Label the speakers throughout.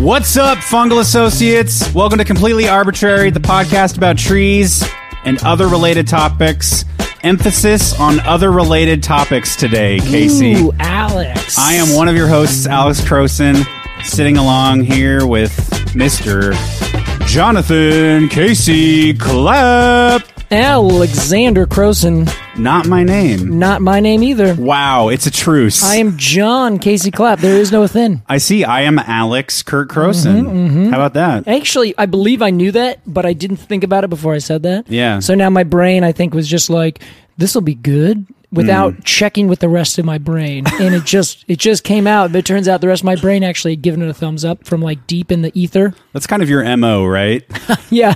Speaker 1: What's up, Fungal Associates? Welcome to Completely Arbitrary, the podcast about trees and other related topics. Emphasis on other related topics today, Casey.
Speaker 2: Ooh, Alex.
Speaker 1: I am one of your hosts, Alex Croson, sitting along here with Mr. Jonathan Casey Clapp.
Speaker 2: Alexander Croson.
Speaker 1: Not my name.
Speaker 2: Not my name either.
Speaker 1: Wow, it's a truce.
Speaker 2: I am John Casey Clapp. There is no thin.
Speaker 1: I see. I am Alex Kurt Croson.
Speaker 2: Mm-hmm,
Speaker 1: How about that?
Speaker 2: Actually, I believe I knew that, but I didn't think about it before I said that.
Speaker 1: Yeah.
Speaker 2: So now my brain, I think, was just like, this will be good without
Speaker 1: Mm.
Speaker 2: checking with the rest of my brain. And it just it just came out, but it turns out the rest of my brain actually had given it a thumbs up from like deep in the ether.
Speaker 1: That's kind of your MO, right?
Speaker 2: Yeah,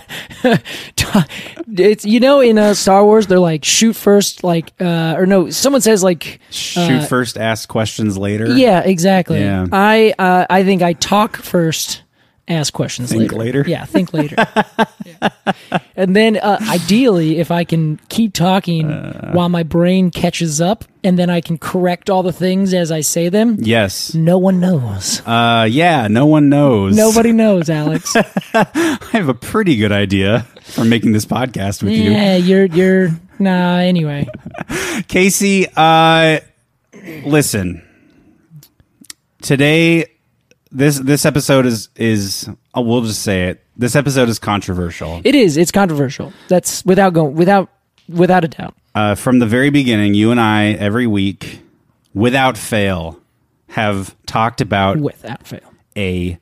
Speaker 2: it's you know in uh, Star Wars they're like shoot first, like uh, or no, someone says like
Speaker 1: Shoot first, ask questions later.
Speaker 2: Uh, yeah, exactly.
Speaker 1: Yeah.
Speaker 2: I uh, I think I talk first, ask questions
Speaker 1: Think
Speaker 2: later.
Speaker 1: later.
Speaker 2: Yeah, think later. Yeah. And then uh, ideally, if I can keep talking
Speaker 1: Uh.
Speaker 2: while my brain catches up, and then I can correct all the things as I say them.
Speaker 1: Yes.
Speaker 2: No one knows.
Speaker 1: Uh, yeah, no one knows.
Speaker 2: Nobody knows, Alex.
Speaker 1: I have a pretty good idea for making this podcast with
Speaker 2: yeah, you're you're nah. Anyway,
Speaker 1: you. Casey, uh listen. Today this this episode is is uh, we'll just say it. This episode is controversial.
Speaker 2: It is. It's controversial. That's without going without without a doubt.
Speaker 1: Uh, from the very beginning, you and I every week without fail have talked about
Speaker 2: Without fail.
Speaker 1: a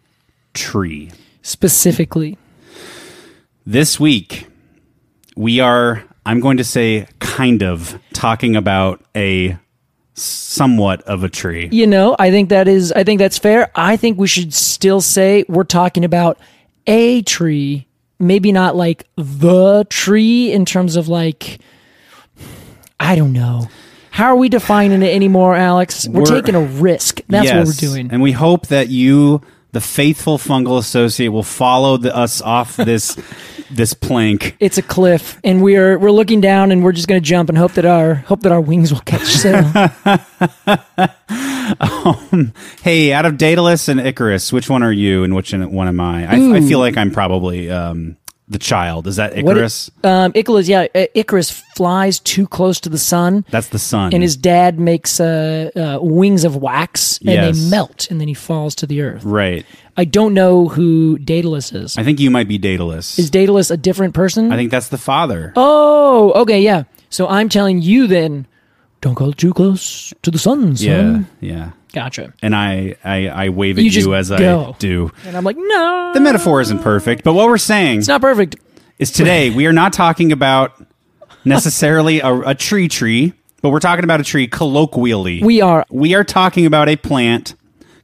Speaker 1: tree.
Speaker 2: Specifically.
Speaker 1: This week, we are, I'm going to say, kind of talking about a somewhat of a tree.
Speaker 2: You know, I think that is I think that's fair. I think we should still say we're talking about a tree, maybe not like the tree in terms of like I don't know. How are we defining it anymore, Alex? We're,
Speaker 1: We're-
Speaker 2: taking a risk. That's what
Speaker 1: Yes,
Speaker 2: we're doing.
Speaker 1: And we hope that you, the faithful fungal associate, will follow the, us off this this plank.
Speaker 2: it's a cliff and we're we're looking down and we're just going to jump and hope that our hope that our wings will catch sail.
Speaker 1: Hey, out of Daedalus and Icarus, which one are you and which one am I? I, I feel like I'm probably um, the child. Is that
Speaker 2: Hmm. What it-
Speaker 1: Icarus?
Speaker 2: um, Icarus, yeah, I- Icarus flies too close to the sun,
Speaker 1: That's the sun.
Speaker 2: and his dad makes uh, uh, wings of wax, and
Speaker 1: Yes.
Speaker 2: they melt, and then he falls to the earth.
Speaker 1: right.
Speaker 2: I don't know who Daedalus is.
Speaker 1: I think you might be Daedalus.
Speaker 2: Is Daedalus a different person?
Speaker 1: I think that's the father.
Speaker 2: oh, okay, yeah. So I'm telling you then, don't go too close to the sun, son.
Speaker 1: yeah, yeah.
Speaker 2: Gotcha.
Speaker 1: and I I, I wave at you,
Speaker 2: You just
Speaker 1: as
Speaker 2: go.
Speaker 1: I do.
Speaker 2: And I'm like, no.
Speaker 1: The metaphor isn't perfect, but what we're saying
Speaker 2: It's not perfect.
Speaker 1: is today we are not talking about necessarily a, a tree tree, but we're talking about a tree colloquially.
Speaker 2: We are.
Speaker 1: we are talking about a plant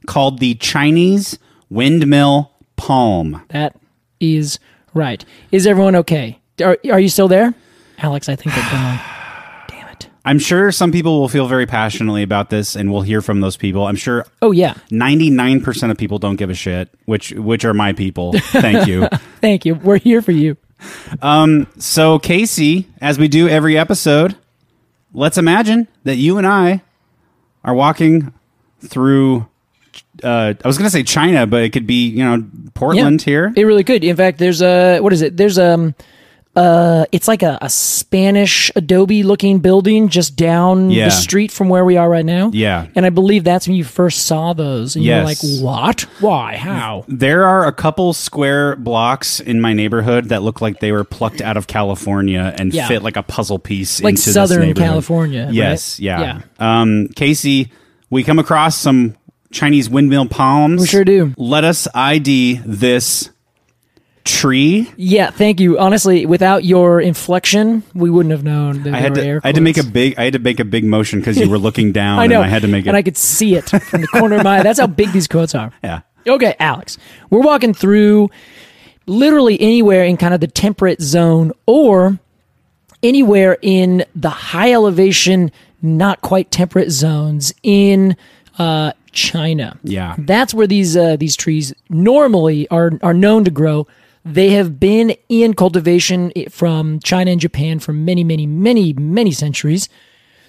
Speaker 1: called the Chinese windmill palm.
Speaker 2: That is right. Is everyone okay? Are, are you still there? Alex, I think they're gone. Damn it.
Speaker 1: I'm sure some people will feel very passionately about this, and we'll hear from those people. I'm sure
Speaker 2: Oh, yeah.
Speaker 1: 99% of people don't give a shit, which which are my people. Thank you.
Speaker 2: Thank you. We're here for you.
Speaker 1: So, Casey, as we do every episode, let's imagine that you and I are walking through. Uh, I was going to say China, but it could be you know Portland here.
Speaker 2: It really could. In fact, there's a what is it? There's um uh, it's like a, a Spanish adobe looking building just down
Speaker 1: Yeah.
Speaker 2: the street from where we are right now.
Speaker 1: Yeah.
Speaker 2: And I believe that's when you first saw those. And
Speaker 1: Yes.
Speaker 2: you were like, what? Why? How?
Speaker 1: There are a couple square blocks in my neighborhood that look like they were plucked out of California and
Speaker 2: Yeah.
Speaker 1: fit like a puzzle piece
Speaker 2: Like
Speaker 1: into this
Speaker 2: Southern
Speaker 1: neighborhood.
Speaker 2: California, right?
Speaker 1: Yes, yeah. Um, Casey, we come across some Chinese windmill palms.
Speaker 2: We sure do.
Speaker 1: Let us ID this tree.
Speaker 2: Yeah, thank you. Honestly, without your inflection, we wouldn't have known that
Speaker 1: I had
Speaker 2: there were
Speaker 1: to.
Speaker 2: air
Speaker 1: I had to make a
Speaker 2: quotes.
Speaker 1: big. I had to make a big motion because you were looking down.
Speaker 2: I know.
Speaker 1: And I had to make it.
Speaker 2: And I could see it from the corner of my eye. That's how big these quotes are.
Speaker 1: yeah.
Speaker 2: Okay, Alex, we're walking through literally anywhere in kind of the temperate zone or anywhere in the high elevation, not quite temperate zones in uh, China.
Speaker 1: Yeah.
Speaker 2: that's where these uh, these trees normally are are known to grow. They have been in cultivation i- from China and Japan for many, many, many, many centuries.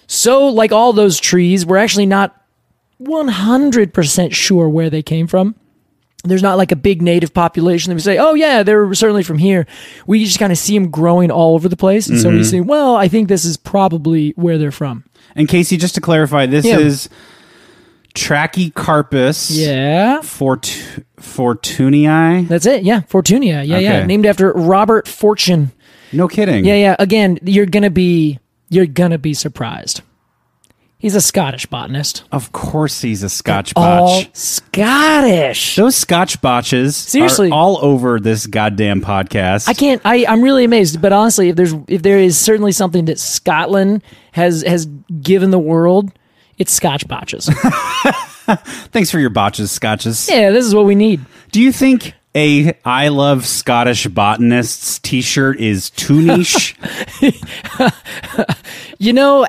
Speaker 2: So, like all those trees, we're actually not 100% sure where they came from. There's not like a big native population that we say, oh, yeah, they're certainly from here. We just kind of see them growing all over the place. And so we say, well, I think this is probably where they're from.
Speaker 1: And Casey, just to clarify, this
Speaker 2: Yeah.
Speaker 1: is Trachycarpus.
Speaker 2: Yeah.
Speaker 1: Fortu- Fortunii.
Speaker 2: That's it. Yeah. Fortunia. Yeah. Yeah.
Speaker 1: Okay.
Speaker 2: Named after Robert Fortune.
Speaker 1: No kidding.
Speaker 2: Yeah. Yeah. Again, you're going to be, you're going to be surprised. He's a Scottish botanist.
Speaker 1: Of course, he's a Scotch
Speaker 2: All
Speaker 1: botch.
Speaker 2: Scottish.
Speaker 1: Those Scotch botches
Speaker 2: Seriously.
Speaker 1: are all over this goddamn podcast.
Speaker 2: I can't. I, I'm really amazed. But honestly, if there's if there is certainly something that Scotland has has given the world, it's Scotch botches.
Speaker 1: Thanks for your botches, Scotches.
Speaker 2: yeah, this is what we need.
Speaker 1: Do you think a I love Scottish botanists T-shirt is too niche?
Speaker 2: You know,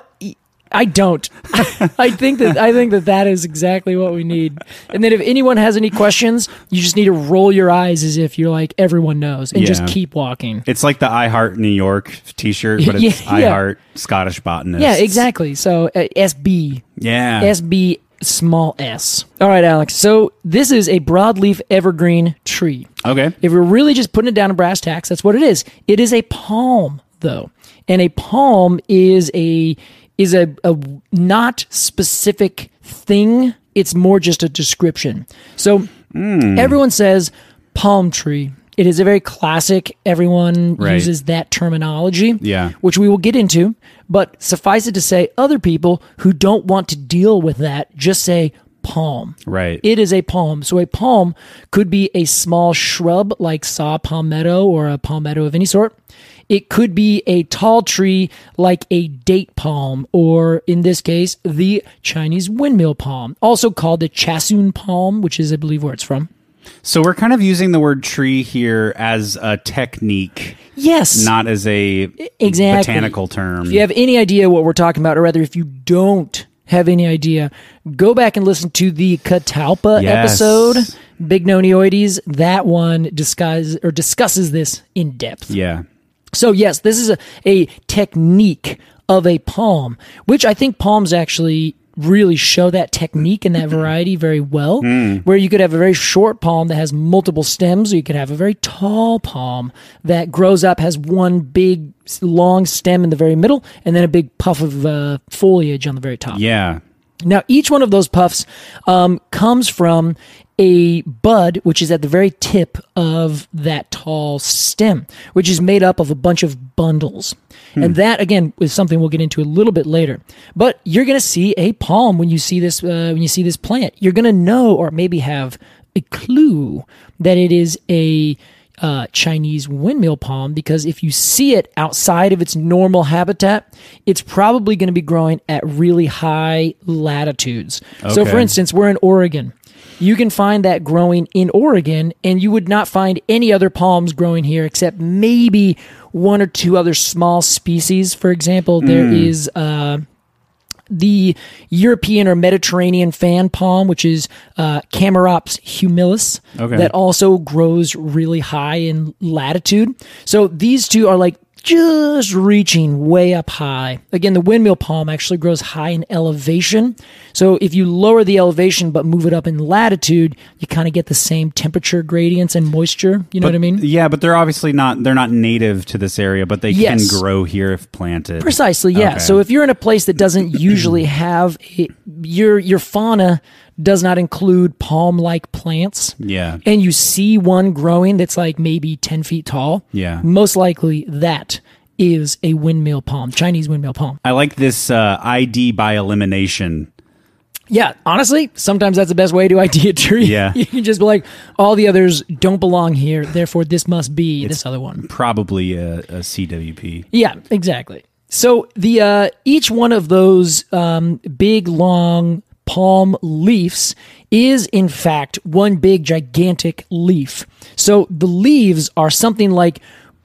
Speaker 2: I don't. I think that I think that that is exactly what we need. And then if anyone has any questions, you just need to roll your eyes as if you're like everyone knows, and just
Speaker 1: Yeah.
Speaker 2: keep walking.
Speaker 1: it's like the I Heart New York T-shirt, but it's
Speaker 2: Yeah,
Speaker 1: I
Speaker 2: yeah.
Speaker 1: Heart Scottish botanists.
Speaker 2: Yeah, exactly. So uh, SB.
Speaker 1: Yeah.
Speaker 2: SB small s. All right, Alex. So this is a broadleaf evergreen tree.
Speaker 1: okay.
Speaker 2: If we're really just putting it down in brass tacks, that's what it is. It is a palm, though, and a palm is a is a, a not specific thing. It's more just a description. So
Speaker 1: Hmm.
Speaker 2: everyone says palm tree. It is a very classic. Everyone
Speaker 1: Right.
Speaker 2: uses that terminology,
Speaker 1: Yeah.
Speaker 2: which we will get into. But suffice it to say, other people who don't want to deal with that just say palm.
Speaker 1: Right.
Speaker 2: It is a palm. So a palm could be a small shrub like saw palmetto or a palmetto of any sort. It could be a tall tree like a date palm, or in this case, the Chinese windmill palm, also called the chassoon palm, which is, I believe, where it's from.
Speaker 1: so we're kind of using the word tree here as a technique,
Speaker 2: Yes.
Speaker 1: not as a
Speaker 2: Exactly.
Speaker 1: botanical term.
Speaker 2: If you have any idea what we're talking about, or rather, if you don't have any idea, go back and listen to the Catalpa
Speaker 1: Yes.
Speaker 2: episode, Big Nonioides. That one disguise or discusses this in depth.
Speaker 1: Yeah.
Speaker 2: So yes, this is a, a technique of a palm, which I think palms actually really show that technique and that variety very well. Where you could have a very short palm that has multiple stems, or you could have a very tall palm that grows up, has one big s- long stem in the very middle, and then a big puff of uh, foliage on the very top.
Speaker 1: Yeah.
Speaker 2: Now, each one of those puffs um, comes from a bud, which is at the very tip of that tall stem, which is made up of a bunch of bundles. And that, again, is something we'll get into a little bit later. But you're going to see a palm when you see this uh, when you see this plant. You're going to know, or maybe have a clue that it is a uh, Chinese windmill palm because if you see it outside of its normal habitat, it's probably going to be growing at really high latitudes. So, for
Speaker 1: Okay.
Speaker 2: instance, we're in Oregon. You can find that growing in Oregon, and you would not find any other palms growing here except maybe one or two other small species. For example, there is. Uh, the European or Mediterranean fan palm, which is uh, Camarops humilis,
Speaker 1: Okay.
Speaker 2: that also grows really high in latitude. So these two are like just reaching way up high. Again, the windmill palm actually grows high in elevation. So if you lower the elevation but move it up in latitude, you kind of get the same temperature gradients and moisture. You know what I mean?
Speaker 1: Yeah, but they're obviously not they're not native to this area, but they
Speaker 2: Yes.
Speaker 1: can grow here if planted.
Speaker 2: Precisely, yeah.
Speaker 1: Okay.
Speaker 2: So if you're in a place that doesn't usually have a, your your fauna does not include palm-like plants,
Speaker 1: Yeah.
Speaker 2: and you see one growing that's like maybe ten feet tall,
Speaker 1: Yeah.
Speaker 2: most likely that is a windmill palm, Chinese windmill palm.
Speaker 1: I like this uh, ID by elimination.
Speaker 2: Yeah, honestly, sometimes that's the best way to ID a tree.
Speaker 1: Yeah.
Speaker 2: you can just be like, all the others don't belong here, therefore this must be this other one.
Speaker 1: Probably a, a CWP.
Speaker 2: Yeah, exactly. So the uh, each one of those um, big long palm leaves is in fact one big gigantic leaf. So the leaves are something like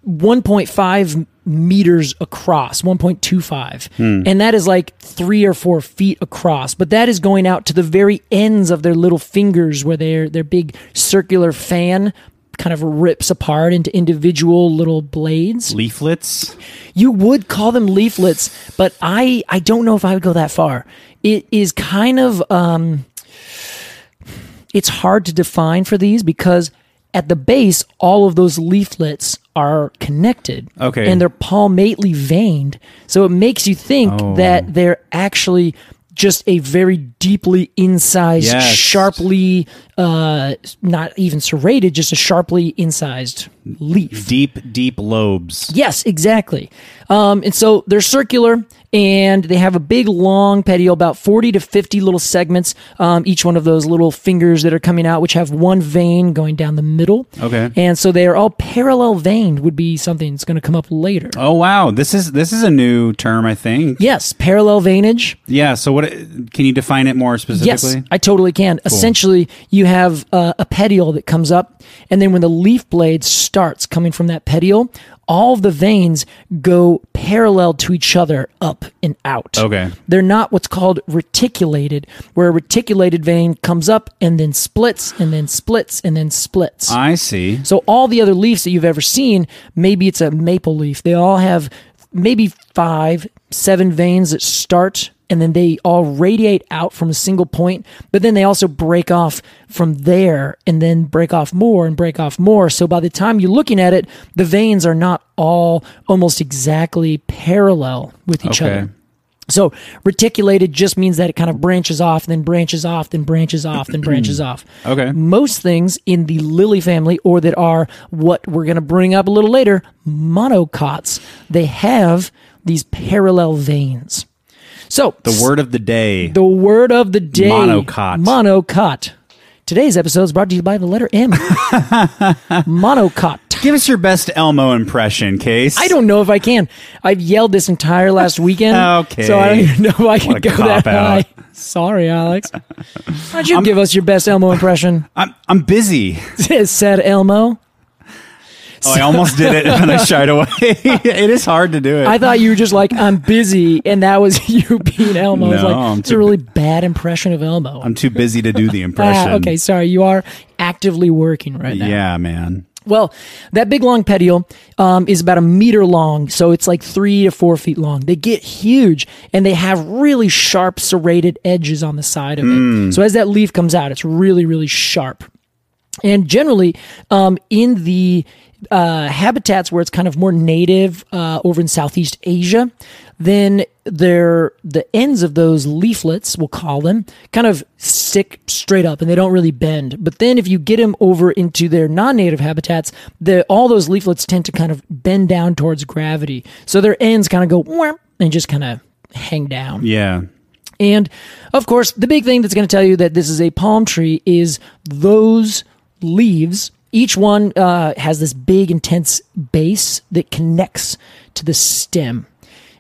Speaker 2: 1.5 meters across, 1.25, and that is like three or four feet across. But that is going out to the very ends of their little fingers, where their their big circular fan kind of rips apart into individual little blades.
Speaker 1: Leaflets.
Speaker 2: You would call them leaflets, but I I don't know if I would go that far. It is kind of um it's hard to define for these because at the base all of those leaflets are connected.
Speaker 1: Okay.
Speaker 2: And they're palmately veined. So it makes you think
Speaker 1: Oh.
Speaker 2: that they're actually just a very deeply incised,
Speaker 1: Yes.
Speaker 2: sharply uh not even serrated, just a sharply incised leaf.
Speaker 1: Deep, deep lobes.
Speaker 2: Yes, exactly. Um, and so they're circular and they have a big long petiole, about 40 to 50 little segments. Um, each one of those little fingers that are coming out, which have one vein going down the middle.
Speaker 1: Okay.
Speaker 2: And so they are all parallel veined, would be something that's going to come up later.
Speaker 1: Oh wow. This is this is a new term, I think.
Speaker 2: Yes, parallel veinage.
Speaker 1: Yeah, so what can you define it more specifically?
Speaker 2: Yes, I totally can. Essentially, you have uh, a petiole that comes up, and then when the leaf blade starts coming from that petiole, all of the veins go parallel to each other up and out.
Speaker 1: Okay.
Speaker 2: They're not what's called reticulated, where a reticulated vein comes up and then splits and then splits and then splits.
Speaker 1: I see.
Speaker 2: So all the other leaves that you've ever seen, maybe it's a maple leaf. They all have maybe five, seven veins that start and then they all radiate out from a single point, but then they also break off from there and then break off more and break off more. So by the time you're looking at it, the veins are not all almost exactly parallel with each
Speaker 1: Okay.
Speaker 2: other. So reticulated just means that it kind of branches off, then branches off, then branches off, then branches off.
Speaker 1: Okay.
Speaker 2: Most things in the lily family, or that are what we're going to bring up a little later, monocots, they have these parallel veins. So
Speaker 1: The word of the day.
Speaker 2: the word of the day,
Speaker 1: Monocot.
Speaker 2: Monocot. Today's episode is brought to you by the letter M. monocot.
Speaker 1: Give us your best Elmo impression, Case.
Speaker 2: I don't know if I can. I've yelled this entire last weekend.
Speaker 1: Okay.
Speaker 2: So I don't even know if I
Speaker 1: What a
Speaker 2: can go that
Speaker 1: cop out.
Speaker 2: high. Sorry, Alex. Why don't you give us your best Elmo impression?
Speaker 1: I'm, I'm busy.
Speaker 2: Said Elmo.
Speaker 1: Oh, I almost did it and I shied away. it is hard to do it.
Speaker 2: I thought you were just like, I'm busy, and that was you being Elmo. it's
Speaker 1: No,
Speaker 2: like,
Speaker 1: I'm
Speaker 2: it's
Speaker 1: too
Speaker 2: a really bad impression of Elmo.
Speaker 1: I'm too busy to do the impression.
Speaker 2: Ah, okay, sorry. You are actively working right now.
Speaker 1: Yeah, man.
Speaker 2: Well, that big long petiole um, is about a meter long, so it's like three to four feet long. They get huge and they have really sharp serrated edges on the side of it. So as that leaf comes out, it's really, really sharp. And generally, um, in the uh, habitats where it's kind of more native uh, over in Southeast Asia, then their the ends of those leaflets, we'll call them, kind of stick straight up and they don't really bend. But then if you get them over into their non-native habitats, the all those leaflets tend to kind of bend down towards gravity, so their ends kind of go "Whomp," and just kind of hang down.
Speaker 1: Yeah.
Speaker 2: And of course, the big thing that's going to tell you that this is a palm tree is those leaves. Each one uh, has this big, intense base that connects to the stem.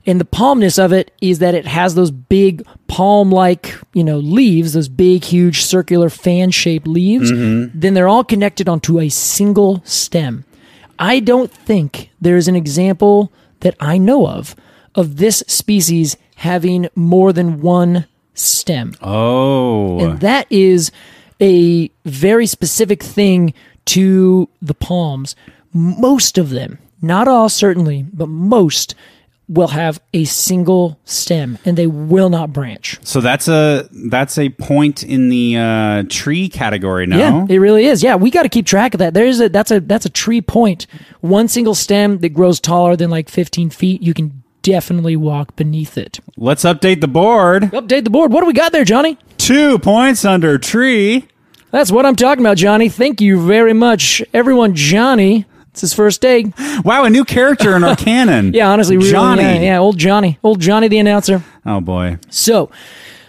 Speaker 2: And the palmness of it is that it has those big palm like, you know, leaves, those big, huge, circular, fan shaped leaves. Then they're all connected onto a single stem. I don't think there is an example that I know of of this species having more than one stem.
Speaker 1: Oh.
Speaker 2: And that is a very specific thing to the palms. Most of them, not all certainly, but most will have a single stem and they will not branch.
Speaker 1: So that's a that's a point in the uh, tree category now.
Speaker 2: Yeah, it really is. Yeah, we got to keep track of that. There is a that's a that's a tree point. One single stem that grows taller than like 15 feet, you can definitely walk beneath it.
Speaker 1: Let's update the board.
Speaker 2: Update the board. What do we got there, Johnny?
Speaker 1: Two points under tree.
Speaker 2: That's what I'm talking about, Johnny. Thank you very much, everyone. Johnny, it's his first day.
Speaker 1: Wow, a new character in our canon.
Speaker 2: Yeah, honestly, really,
Speaker 1: Johnny.
Speaker 2: Yeah, yeah, old Johnny, old Johnny the announcer.
Speaker 1: Oh boy.
Speaker 2: So,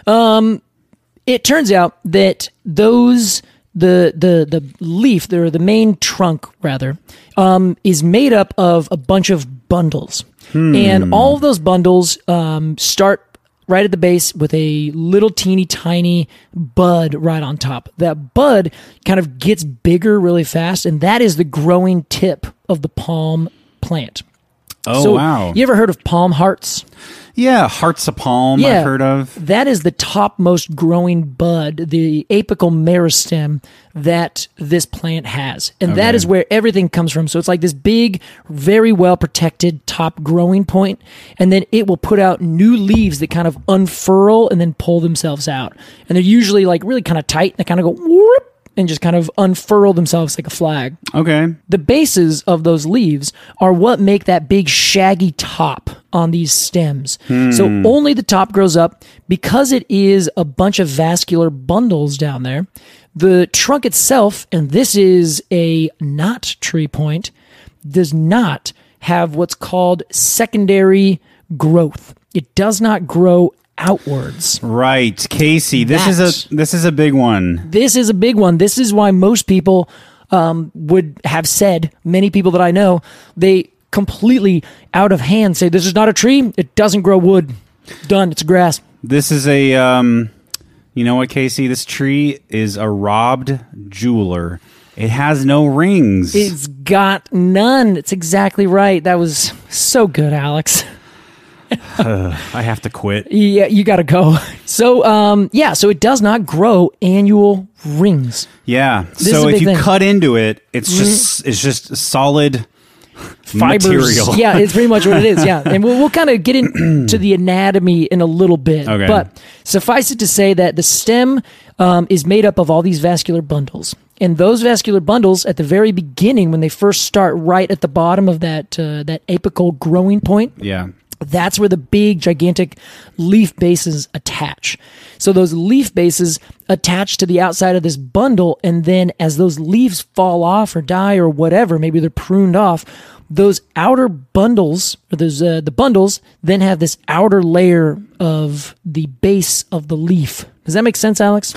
Speaker 2: um, it turns out that those the the the leaf, the the main trunk rather, um, is made up of a bunch of bundles,
Speaker 1: Hmm.
Speaker 2: and all of those bundles um, start right at the base with a little teeny tiny bud right on top. That bud kind of gets bigger really fast, and that is the growing tip of the palm plant.
Speaker 1: Oh
Speaker 2: so,
Speaker 1: wow.
Speaker 2: you ever heard of palm hearts?
Speaker 1: Yeah, hearts of palm. I've heard of.
Speaker 2: That is the topmost growing bud, the apical meristem that this plant has. And that is where everything comes from. So it's like this big, very well protected top growing point, And then it will put out new leaves that kind of unfurl and then pull themselves out. And they're usually like really kind of tight. They kind of go whoop and just kind of unfurl themselves like a flag
Speaker 1: Okay.
Speaker 2: the bases of those leaves are what make that big shaggy top on these stems. So only the top grows up because it is a bunch of vascular bundles down there. The trunk itself, and this is a not tree point, does not have what's called secondary growth. It does not grow outwards.
Speaker 1: Right, Casey. This is
Speaker 2: That.
Speaker 1: a this is a big one.
Speaker 2: This is a big one. This is why most people um, would have said, many people that I know, they completely out of hand say, This is not a tree. It doesn't grow wood. Done. It's grass.
Speaker 1: This is a um you know what, Casey? This tree is a robbed jeweler. It has no rings.
Speaker 2: It's got none. It's exactly right. That was so good, Alex.
Speaker 1: I have to quit.
Speaker 2: Yeah, you got to go. So, um, yeah, so it does not grow annual rings.
Speaker 1: Yeah.
Speaker 2: is a
Speaker 1: so if
Speaker 2: big
Speaker 1: you
Speaker 2: thing. Mm-hmm.
Speaker 1: cut into it, it's just it's just solid
Speaker 2: fibers.
Speaker 1: material.
Speaker 2: Yeah, it's pretty much what it is. Yeah, and we'll, we'll kind of get into the anatomy in a little bit.
Speaker 1: Okay.
Speaker 2: But suffice it to say that the stem um, is made up of all these vascular bundles, and those vascular bundles at the very beginning, when they first start, right at the bottom of that uh, that apical growing point,
Speaker 1: Yeah.
Speaker 2: that's where the big gigantic leaf bases attach so those leaf bases attach to the outside of this bundle and then as those leaves fall off or die or whatever maybe they're pruned off those outer bundles or those uh, the bundles then have this outer layer of the base of the leaf does that make sense alex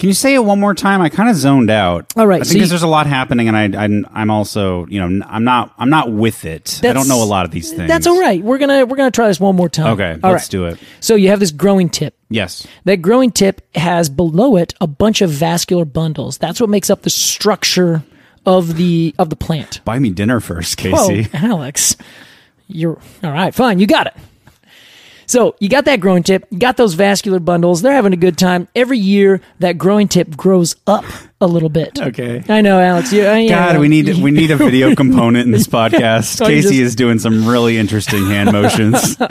Speaker 1: Can you say it one more time? I kind of zoned out.
Speaker 2: All right,
Speaker 1: I
Speaker 2: so
Speaker 1: think
Speaker 2: you-
Speaker 1: there's a lot happening, and I, I'm, I'm also, you know, n- I'm not, I'm not with it. I don't
Speaker 2: That's-
Speaker 1: know a lot of these things.
Speaker 2: that's all right we're gonna we're gonna try this one more time
Speaker 1: Okay,
Speaker 2: All
Speaker 1: let's
Speaker 2: right.
Speaker 1: do it.
Speaker 2: so you have this growing tip
Speaker 1: Yes.
Speaker 2: That growing tip has below it a bunch of vascular bundles. That's what makes up the structure of the of the plant.
Speaker 1: Buy me dinner first,
Speaker 2: Whoa,
Speaker 1: Casey.
Speaker 2: Alex, you're all right. Fine, you got it. So you got that growing tip. You got those vascular bundles. They're having a good time every year. That growing tip grows up a little bit.
Speaker 1: Okay.
Speaker 2: I know, Alex. You, I- yeah,
Speaker 1: God, we need we need a video component in this podcast.
Speaker 2: Oh, you
Speaker 1: Casey
Speaker 2: just-
Speaker 1: is doing some really interesting hand motions.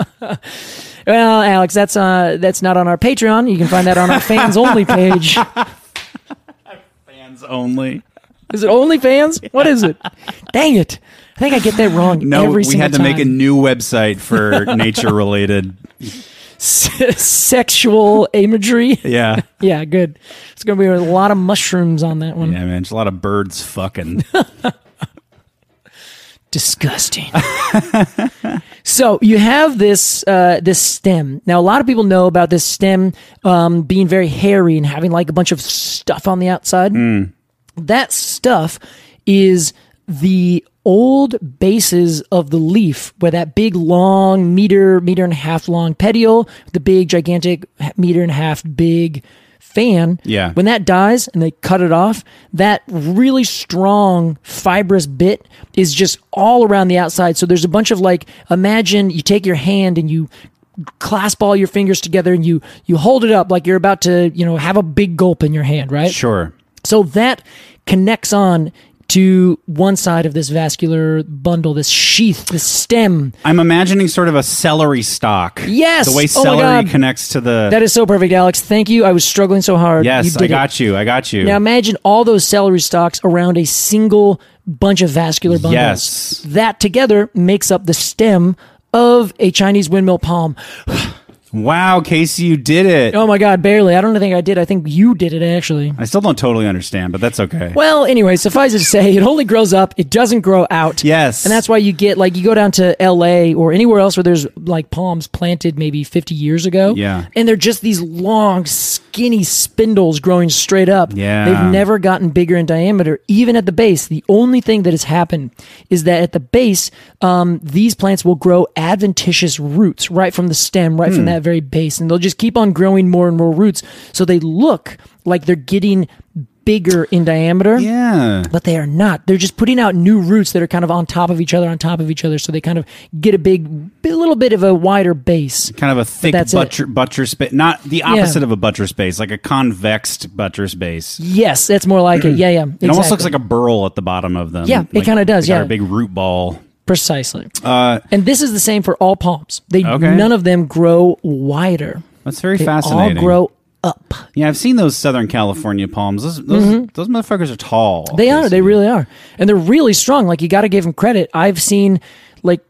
Speaker 2: Well, Alex, that's uh, that's not on our Patreon. You can find that on our fans only page.
Speaker 1: Fans only.
Speaker 2: Is it OnlyFans? What is it? Dang it! I think I get that wrong.
Speaker 1: No,
Speaker 2: every
Speaker 1: we had to
Speaker 2: single
Speaker 1: make a
Speaker 2: time.
Speaker 1: new website for nature related.
Speaker 2: sexual imagery.
Speaker 1: Yeah.
Speaker 2: Yeah, good. It's going to be a lot of mushrooms on that one.
Speaker 1: Yeah, man. It's a lot of birds fucking.
Speaker 2: Disgusting. so you have this uh, this stem. Now a lot of people know about this stem um, being very hairy and having like a bunch of stuff on the outside. That stuff is the old bases of the leaf where that big long meter meter and a half long petiole the big gigantic meter and a half big fan
Speaker 1: Yeah.
Speaker 2: when that dies and they cut it off that really strong fibrous bit is just all around the outside so there's a bunch of like imagine you take your hand and you clasp all your fingers together and you you hold it up like you're about to you know have a big gulp in your hand right
Speaker 1: Sure.
Speaker 2: so that connects on to one side of this vascular bundle, this sheath, this stem.
Speaker 1: I'm imagining sort of a celery stalk.
Speaker 2: Yes!
Speaker 1: The way
Speaker 2: Oh my
Speaker 1: celery
Speaker 2: God.
Speaker 1: connects to the.
Speaker 2: That is so perfect, Alex. Thank you. I was struggling so hard. you
Speaker 1: yes,
Speaker 2: did
Speaker 1: I
Speaker 2: it.
Speaker 1: got you. I got you.
Speaker 2: Now imagine all those celery stalks around a single bunch of vascular bundles.
Speaker 1: Yes.
Speaker 2: That together makes up the stem of a Chinese windmill palm.
Speaker 1: wow, Casey, you did it.
Speaker 2: Oh my God, barely. I don't think I did. I think you did it actually.
Speaker 1: I still don't totally understand, but that's okay.
Speaker 2: Well, anyway, suffice it to say, it only grows up. It doesn't grow out.
Speaker 1: Yes.
Speaker 2: And that's why you get, like, you go down to LA or anywhere else where there's, like, palms planted maybe 50 years ago.
Speaker 1: Yeah.
Speaker 2: And they're just these long, skinny spindles growing straight up.
Speaker 1: Yeah.
Speaker 2: They've never gotten bigger in diameter, even at the base. The only thing that has happened is that at the base, um, these plants will grow adventitious roots right from the stem, right
Speaker 1: Hmm.
Speaker 2: from that very base. And they'll just keep on growing more and more roots. So they look like they're getting bigger in diameter
Speaker 1: Yeah.
Speaker 2: but they are not. They're just putting out new roots that are kind of on top of each other, on top of each other. So they kind of get a big, b- little bit of a wider base.
Speaker 1: Kind of a thick
Speaker 2: that's it.
Speaker 1: butcher butcher space, not the opposite of a butcher space, like a convexed butcher space.
Speaker 2: Yes, that's more like it. Yeah, yeah.
Speaker 1: Hmm. It almost looks like a burl at the bottom of them.
Speaker 2: Yeah, it
Speaker 1: Like,
Speaker 2: kinda does,
Speaker 1: they got
Speaker 2: yeah.
Speaker 1: a big root ball.
Speaker 2: precisely. and this is the same for all palms. They
Speaker 1: Uh, Okay.
Speaker 2: none of them grow wider.
Speaker 1: That's very
Speaker 2: They all
Speaker 1: fascinating.
Speaker 2: grow up.
Speaker 1: Yeah, I've seen those Southern California palms. Those those, those motherfuckers are tall.
Speaker 2: Mm-hmm. They are. They really are, and they're really strong. Like you got to give them credit. I've seen like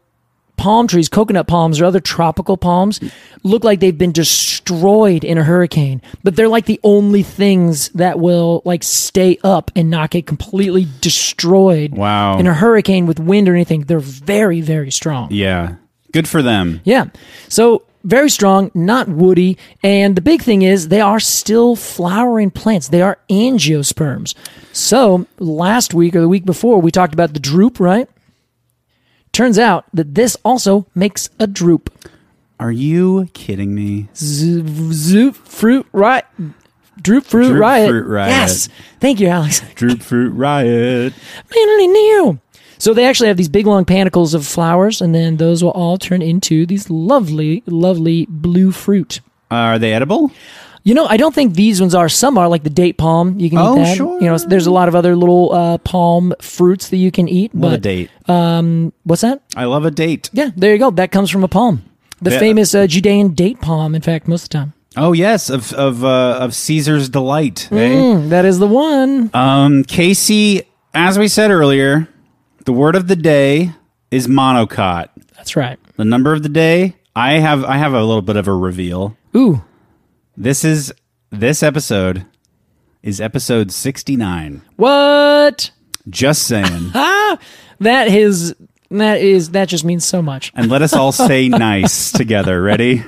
Speaker 2: palm trees, coconut palms, or other tropical palms look like they've been destroyed in a hurricane, but they're like the only things that will like stay up and not get completely destroyed.
Speaker 1: Wow.
Speaker 2: In a hurricane with wind or anything, they're very very strong.
Speaker 1: Yeah. Good for them.
Speaker 2: Yeah. So very strong, not woody. And the big thing is they are still flowering plants. They are angiosperms. So last week or the week before, we talked about the droop, right? Turns out that this also makes a droop.
Speaker 1: Are you kidding me?
Speaker 2: Zoop fruit right. Droop fruit
Speaker 1: Droop
Speaker 2: riot.
Speaker 1: fruit riot.
Speaker 2: Yes. Thank you, Alex.
Speaker 1: Droop fruit riot.
Speaker 2: So they actually have these big long panicles of flowers, and then those will all turn into these lovely, lovely blue fruit.
Speaker 1: are they edible?
Speaker 2: You know, I don't think these ones are. Some are like the date palm. You can
Speaker 1: Oh,
Speaker 2: eat that.
Speaker 1: sure.
Speaker 2: You know, there's a lot of other little uh, palm fruits that you can eat.
Speaker 1: Love a
Speaker 2: but uh,
Speaker 1: date.
Speaker 2: what's that?
Speaker 1: I love a date.
Speaker 2: Yeah, there you go. That comes from a palm. The
Speaker 1: Yeah.
Speaker 2: famous uh, Judean date palm. In fact, most of the time,
Speaker 1: Oh yes, of of uh, of Caesar's delight. eh?
Speaker 2: Hmm, that is the one.
Speaker 1: Um, Casey, as we said earlier, the word of the day is monocot.
Speaker 2: That's right.
Speaker 1: The number of the day, I have I have a little bit of a reveal.
Speaker 2: Ooh,
Speaker 1: This is this episode is episode 69.
Speaker 2: what?
Speaker 1: Just saying.
Speaker 2: That is. That is. That just means so much.
Speaker 1: and let us all say nice together. Ready?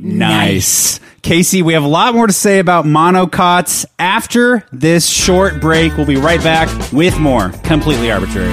Speaker 1: Nice. Casey, we have a lot more to say about monocots after this short break. We'll be right back with more completely arbitrary.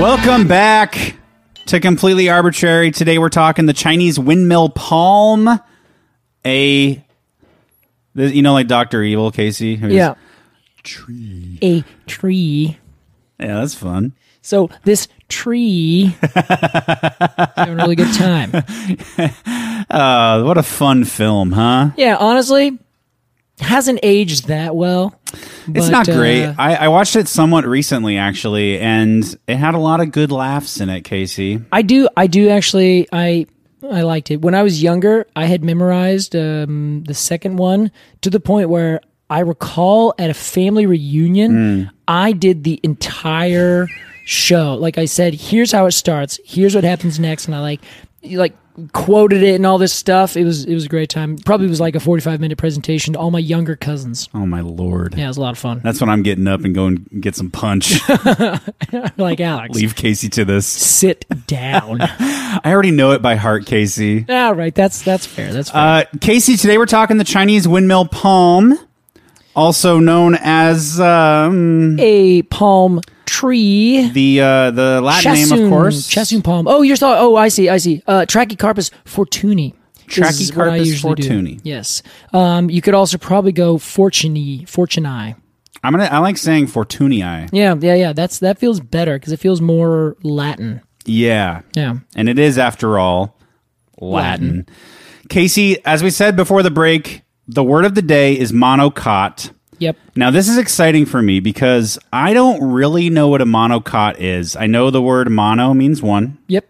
Speaker 1: Welcome back to Completely Arbitrary. Today we're talking the Chinese windmill palm, a the- you know like Dr. Evil Casey. who's-
Speaker 2: Yeah. Tree. A tree.
Speaker 1: Yeah, that's fun.
Speaker 2: So this tree is having a really good time.
Speaker 1: Uh, what a fun film, huh?
Speaker 2: Yeah, honestly, hasn't aged that well.
Speaker 1: It's
Speaker 2: but,
Speaker 1: not great.
Speaker 2: uh,
Speaker 1: I, I watched it somewhat recently, actually, and it had a lot of good laughs in it, Casey.
Speaker 2: I do. I do actually. I I liked it when I was younger. I had memorized um, the second one to the point where I recall at a family reunion, I did the entire show. Like I said, here's how it starts. Here's what happens next, and I like you, like quoted it and all this stuff. It was it was a great time. Probably was like a forty five minute presentation to all my younger cousins.
Speaker 1: Oh my lord.
Speaker 2: Yeah, it was a lot of fun.
Speaker 1: That's when I'm getting up and going get some punch.
Speaker 2: like Alex,
Speaker 1: Leave Casey to this.
Speaker 2: sit down.
Speaker 1: I already know it by heart, Casey.
Speaker 2: all Ah, right, that's that's fair. That's fair.
Speaker 1: Uh, Casey, today we're talking the Chinese windmill palm, also known as um,
Speaker 2: a palm tree.
Speaker 1: the uh, the Latin name, of course.
Speaker 2: Chassoon palm. Oh, you're sorry. Oh, I see. I see. Uh, Trachycarpus fortuni. is what I
Speaker 1: Trachycarpus
Speaker 2: usually do.
Speaker 1: fortuni.
Speaker 2: Yes. Um, you could also probably go fortuny, fortunae.
Speaker 1: I'm gonna. I like saying Fortunii.
Speaker 2: Yeah, yeah, yeah. That's that feels better because it feels more Latin.
Speaker 1: Yeah,
Speaker 2: Yeah.
Speaker 1: and it is after all Latin. Casey, as we said before the break, the word of the day is monocot.
Speaker 2: Yep.
Speaker 1: Now, this is exciting for me because I don't really know what a monocot is. I know the word mono means one,
Speaker 2: Yep.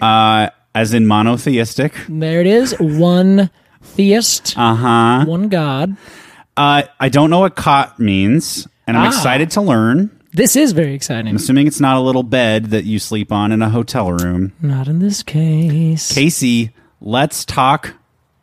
Speaker 1: uh, as in monotheistic.
Speaker 2: There it is. One theist,
Speaker 1: Uh-huh.
Speaker 2: one god.
Speaker 1: Uh I don't know what cot means, and
Speaker 2: Ah.
Speaker 1: I'm excited to learn.
Speaker 2: This is very exciting.
Speaker 1: Assuming it's not a little bed that you sleep on in a hotel room.
Speaker 2: Not in this case.
Speaker 1: Casey, let's talk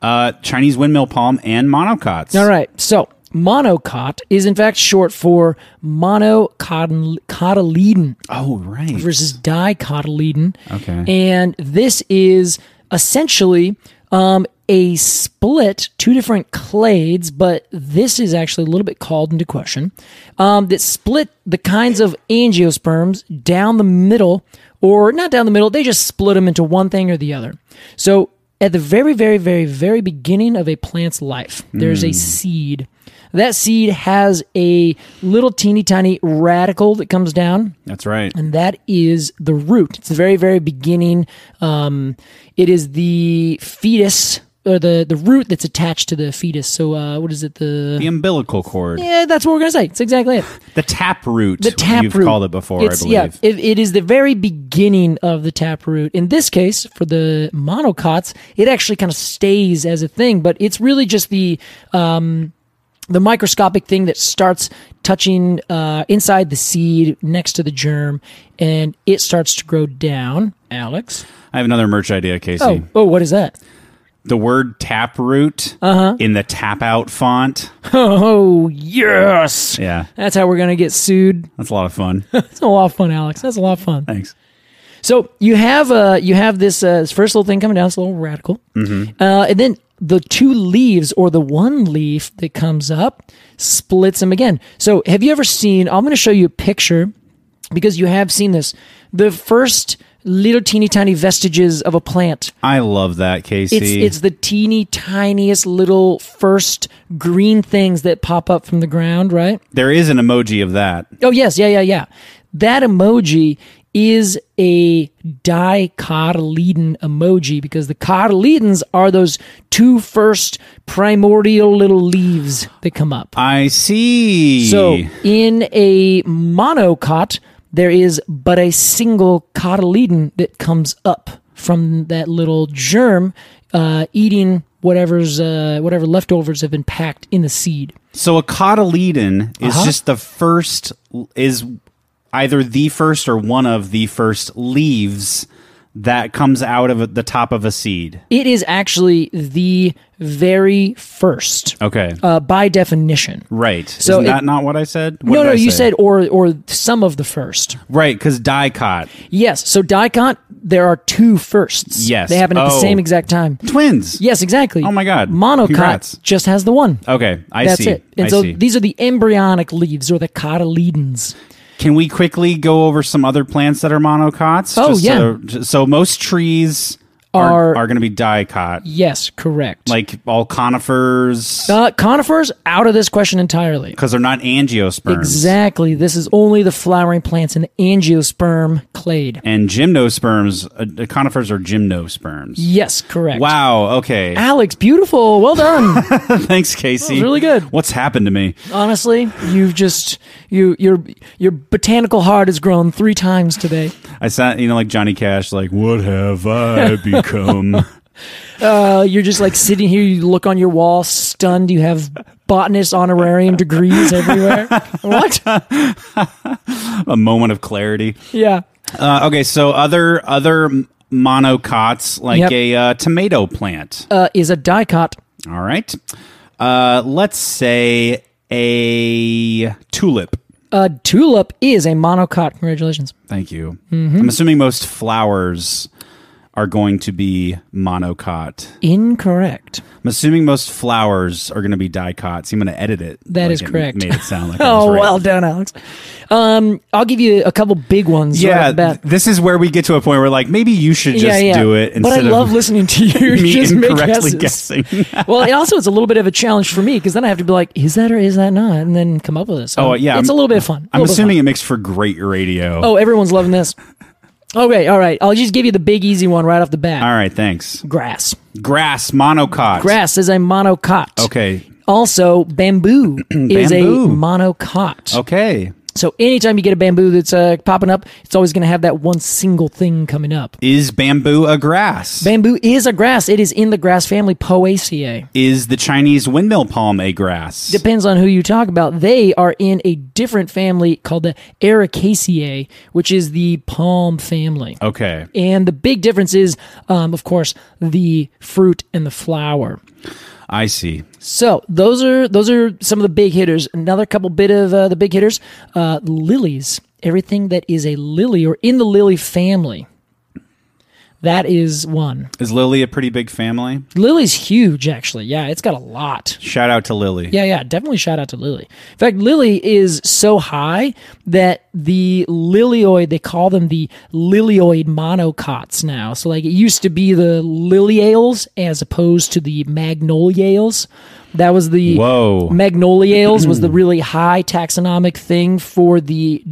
Speaker 1: uh, Chinese windmill palm and monocots.
Speaker 2: All right. So, monocot is in fact short for monocotyledon
Speaker 1: Oh, right.
Speaker 2: versus dicotyledon.
Speaker 1: Okay.
Speaker 2: And this is essentially um, a split, two different clades, but this is actually a little bit called into question, um, that split the kinds of angiosperms down the middle, or not down the middle, they just split them into one thing or the other. So at the very, very, very, very beginning of a plant's life, there's a seed. That seed has a little teeny tiny radical that comes down
Speaker 1: That's right.
Speaker 2: and that is the root. It's the very, very beginning. Um, it is the fetus or the the root that's attached to the fetus. So uh, what is it?
Speaker 1: The
Speaker 2: The
Speaker 1: umbilical cord,
Speaker 2: yeah, that's what we're gonna say. It's exactly it.
Speaker 1: the tap root.
Speaker 2: The tap
Speaker 1: You've
Speaker 2: root.
Speaker 1: called it before,
Speaker 2: It's-
Speaker 1: I believe.
Speaker 2: Yeah, it, it is the very beginning of the tap root. In this case, for the monocots, it actually kind of stays as a thing, but it's really just the um, the microscopic thing that starts touching uh, inside the seed next to the germ, and it starts to grow down. Alex,
Speaker 1: I have another merch idea, Casey.
Speaker 2: oh, oh, what is that?
Speaker 1: The word tap root
Speaker 2: Uh-huh.
Speaker 1: in the tap out font.
Speaker 2: Oh, yes.
Speaker 1: Yeah,
Speaker 2: That's how we're gonna get sued.
Speaker 1: that's a lot of fun.
Speaker 2: That's a lot of fun, Alex. That's a lot of fun.
Speaker 1: Thanks.
Speaker 2: So you have uh you have this uh, this first little thing coming down. It's a little radical, mm-hmm. uh, and then the two leaves or the one leaf that comes up splits them again. So have you ever seen? I'm going to show you a picture because you have seen this. The first little teeny tiny vestiges of a plant.
Speaker 1: I love that, Casey.
Speaker 2: It's it's the teeny tiniest little first green things that pop up from the ground, right?
Speaker 1: there is an emoji of that.
Speaker 2: Oh yes, yeah, yeah, yeah. That emoji is a dicotyledon emoji because the cotyledons are those two first primordial little leaves that come up.
Speaker 1: I see.
Speaker 2: So in a monocot, there is but a single cotyledon that comes up from that little germ, uh, eating whatever's uh, whatever leftovers have been packed in the seed.
Speaker 1: So a cotyledon is
Speaker 2: Uh-huh.
Speaker 1: just the first is either the first or one of the first leaves that comes out of the top of a seed.
Speaker 2: It is actually the very first.
Speaker 1: Okay.
Speaker 2: uh, by definition.
Speaker 1: right.
Speaker 2: so
Speaker 1: Isn't that
Speaker 2: it-
Speaker 1: not what I said? What
Speaker 2: no,
Speaker 1: did
Speaker 2: no,
Speaker 1: I
Speaker 2: you
Speaker 1: say?
Speaker 2: said or or some of the first.
Speaker 1: right because dicot
Speaker 2: Yes, so dicot, there are two firsts.
Speaker 1: Yes.
Speaker 2: they happen at
Speaker 1: Oh.
Speaker 2: the same exact time.
Speaker 1: twins.
Speaker 2: Yes, exactly.
Speaker 1: Oh my God.
Speaker 2: Monocot
Speaker 1: Congrats.
Speaker 2: just has the one.
Speaker 1: Okay, I
Speaker 2: That's
Speaker 1: see.
Speaker 2: it. And
Speaker 1: I
Speaker 2: so
Speaker 1: see.
Speaker 2: these are the embryonic leaves or the cotyledons.
Speaker 1: Can we quickly go over some other plants that are monocots?
Speaker 2: Oh,
Speaker 1: Just
Speaker 2: yeah.
Speaker 1: So, so most trees are
Speaker 2: Are-
Speaker 1: are, going to be dicot,
Speaker 2: Yes, correct.
Speaker 1: like all conifers,
Speaker 2: uh, conifers out of this question entirely.
Speaker 1: because they're not angiosperms.
Speaker 2: Exactly. This is only the flowering plants in the angiosperm clade.
Speaker 1: and gymnosperms. Uh, the conifers are gymnosperms.
Speaker 2: Yes, correct.
Speaker 1: Wow. Okay.
Speaker 2: Alex, beautiful. Well done.
Speaker 1: Thanks, Casey.
Speaker 2: was really good.
Speaker 1: What's happened to me?
Speaker 2: Honestly, you've just you your your botanical heart has grown three times today.
Speaker 1: I sound, you know, like Johnny Cash, like what have I become?
Speaker 2: Uh, you're just like sitting here. You look on your wall, stunned. You have botanist honorarium degrees everywhere. What?
Speaker 1: A moment of clarity.
Speaker 2: Yeah.
Speaker 1: Uh, okay, so other other monocots like
Speaker 2: Yep.
Speaker 1: a uh, tomato plant.
Speaker 2: uh, is a dicot.
Speaker 1: All right. Uh, let's say a tulip.
Speaker 2: A tulip is a monocot. Congratulations.
Speaker 1: Thank you.
Speaker 2: Mm-hmm.
Speaker 1: I'm assuming most flowers are going to be monocot.
Speaker 2: Incorrect.
Speaker 1: I'm assuming most flowers are going to be dicots. I'm going to edit it.
Speaker 2: That
Speaker 1: That is
Speaker 2: is correct.
Speaker 1: Made it sound like I was
Speaker 2: Oh,
Speaker 1: right.
Speaker 2: well done, Alex. Um, I'll give you a couple big ones. right off
Speaker 1: Yeah,
Speaker 2: the bat.
Speaker 1: th- this is where we get to a point where like maybe you should just do it instead
Speaker 2: But I love
Speaker 1: of
Speaker 2: listening to you
Speaker 1: me
Speaker 2: just make
Speaker 1: incorrectly
Speaker 2: guesses.
Speaker 1: guessing.
Speaker 2: well, and also it's a little bit of a challenge for me because then I have to be like, is that or is that not, and then come up with it. So
Speaker 1: Oh, yeah,
Speaker 2: it's
Speaker 1: I'm-
Speaker 2: a little bit of fun. A
Speaker 1: I'm
Speaker 2: little bit of fun.
Speaker 1: assuming it makes for great radio.
Speaker 2: Oh, everyone's loving this. Okay, all right. I'll just give you the big easy one right off the bat.
Speaker 1: All right, thanks.
Speaker 2: Grass.
Speaker 1: Grass monocot.
Speaker 2: Grass is a monocot.
Speaker 1: Okay.
Speaker 2: Also, bamboo is a
Speaker 1: Bamboo. Oh.
Speaker 2: monocot.
Speaker 1: Okay.
Speaker 2: So anytime you get a bamboo that's uh, popping up, it's always going to have that one single thing coming up.
Speaker 1: Is bamboo a grass?
Speaker 2: Bamboo is a grass. It is in the grass family Poaceae.
Speaker 1: is the Chinese windmill palm a grass?
Speaker 2: Depends on who you talk about. They are in a different family called the Ericaceae, which is the palm family.
Speaker 1: okay.
Speaker 2: And the big difference is, um, of course, the fruit and the flower.
Speaker 1: I see.
Speaker 2: So those are those are some of the big hitters. Another couple bit of uh, the big hitters: uh, lilies. Everything that is a lily or in the lily family. That is one.
Speaker 1: Is Lily a pretty big family?
Speaker 2: Lily's huge, actually. Yeah, it's got a lot.
Speaker 1: Shout out to Lily.
Speaker 2: Yeah, yeah, definitely shout out to Lily. In fact, Lily is so high that the lilioid, they call them the lilioid monocots now. So, like, it used to be the liliales as opposed to the magnoliales. That was the
Speaker 1: Whoa.
Speaker 2: magnoliales was the really high taxonomic thing for the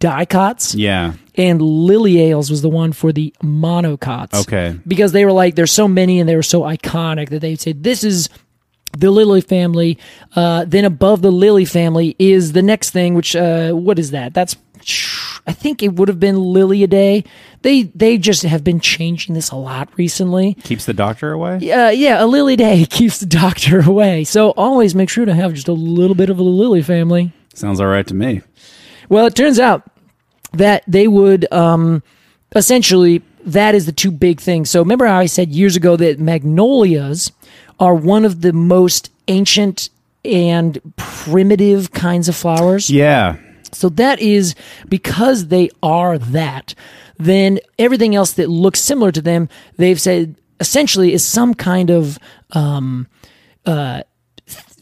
Speaker 2: dicots
Speaker 1: Yeah.
Speaker 2: and liliales was the one for the monocots
Speaker 1: Okay.
Speaker 2: because they were like there's so many and they were so iconic that they said this is the lily family uh, then above the lily family is the next thing which uh, what is that that's i think it would have been liliidae they they just have been changing this a lot recently
Speaker 1: Keeps the doctor away?
Speaker 2: uh, yeah a lily day keeps the doctor away so always make sure to have just a little bit of a lily family
Speaker 1: Sounds all right to me.
Speaker 2: well, it turns out that they would um, essentially that is the two big things. So remember how I said years ago that magnolias are one of the most ancient and primitive kinds of flowers.
Speaker 1: Yeah.
Speaker 2: So that is because they are that, then everything else that looks similar to them, they've said essentially is some kind of um uh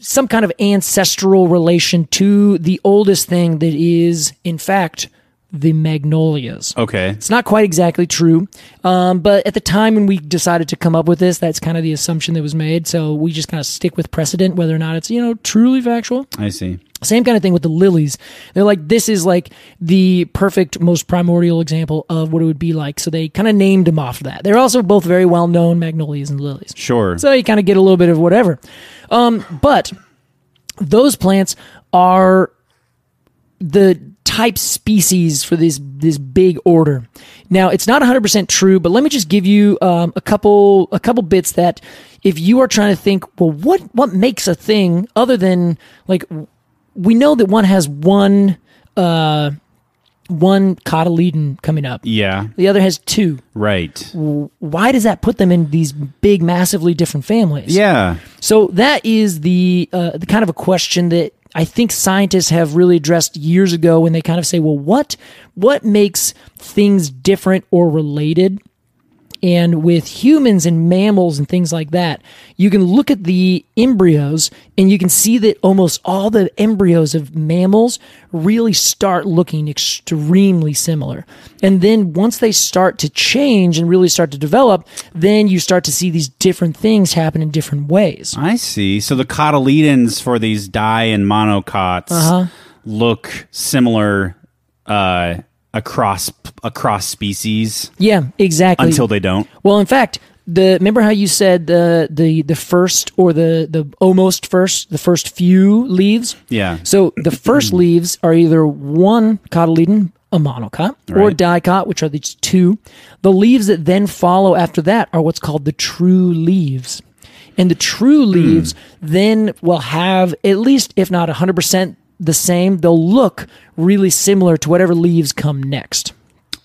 Speaker 2: some kind of ancestral relation to the oldest thing that is in fact the magnolias.
Speaker 1: Okay.
Speaker 2: It's not quite exactly true, um, but at the time when we decided to come up with this, that's kind of the assumption that was made. So we just kind of stick with precedent, whether or not it's you know truly factual.
Speaker 1: I see.
Speaker 2: Same kind of thing with the lilies. They're like, this is like the perfect, most primordial example of what it would be like. So they kind of named them after that. They're also both very well known magnolias and lilies.
Speaker 1: Sure.
Speaker 2: So you kind of get a little bit of whatever. Um, but those plants are the type species for this this big order. Now it's not 100% true, but let me just give you um, a couple a couple bits that if you are trying to think, well, what what makes a thing other than like w- we know that one has one uh, one cotyledon coming up.
Speaker 1: yeah.
Speaker 2: The other has two.
Speaker 1: Right.
Speaker 2: Why does that put them in these big, massively different families?
Speaker 1: Yeah.
Speaker 2: So that is the uh, the kind of a question that I think scientists have really addressed years ago when they kind of say, well, what what makes things different or related? And with humans and mammals and things like that, you can look at the embryos and you can see that almost all the embryos of mammals really start looking extremely similar. And then once they start to change and really start to develop, then you start to see these different things happen in different ways.
Speaker 1: I see. So the cotyledons for these di and monocots
Speaker 2: Uh-huh.
Speaker 1: look similar uh, across across species
Speaker 2: Yeah, exactly.
Speaker 1: until they don't.
Speaker 2: Well, in fact, the remember how you said the the the first or the the almost first, the first few leaves.
Speaker 1: Yeah.
Speaker 2: So the first leaves are either one cotyledon, a monocot, or
Speaker 1: Right.
Speaker 2: dicot, which are these two. The leaves that then follow after that are what's called the true leaves. And the true
Speaker 1: Hmm.
Speaker 2: leaves then will have at least, if not 100%, the same. They'll look really similar to whatever leaves come next.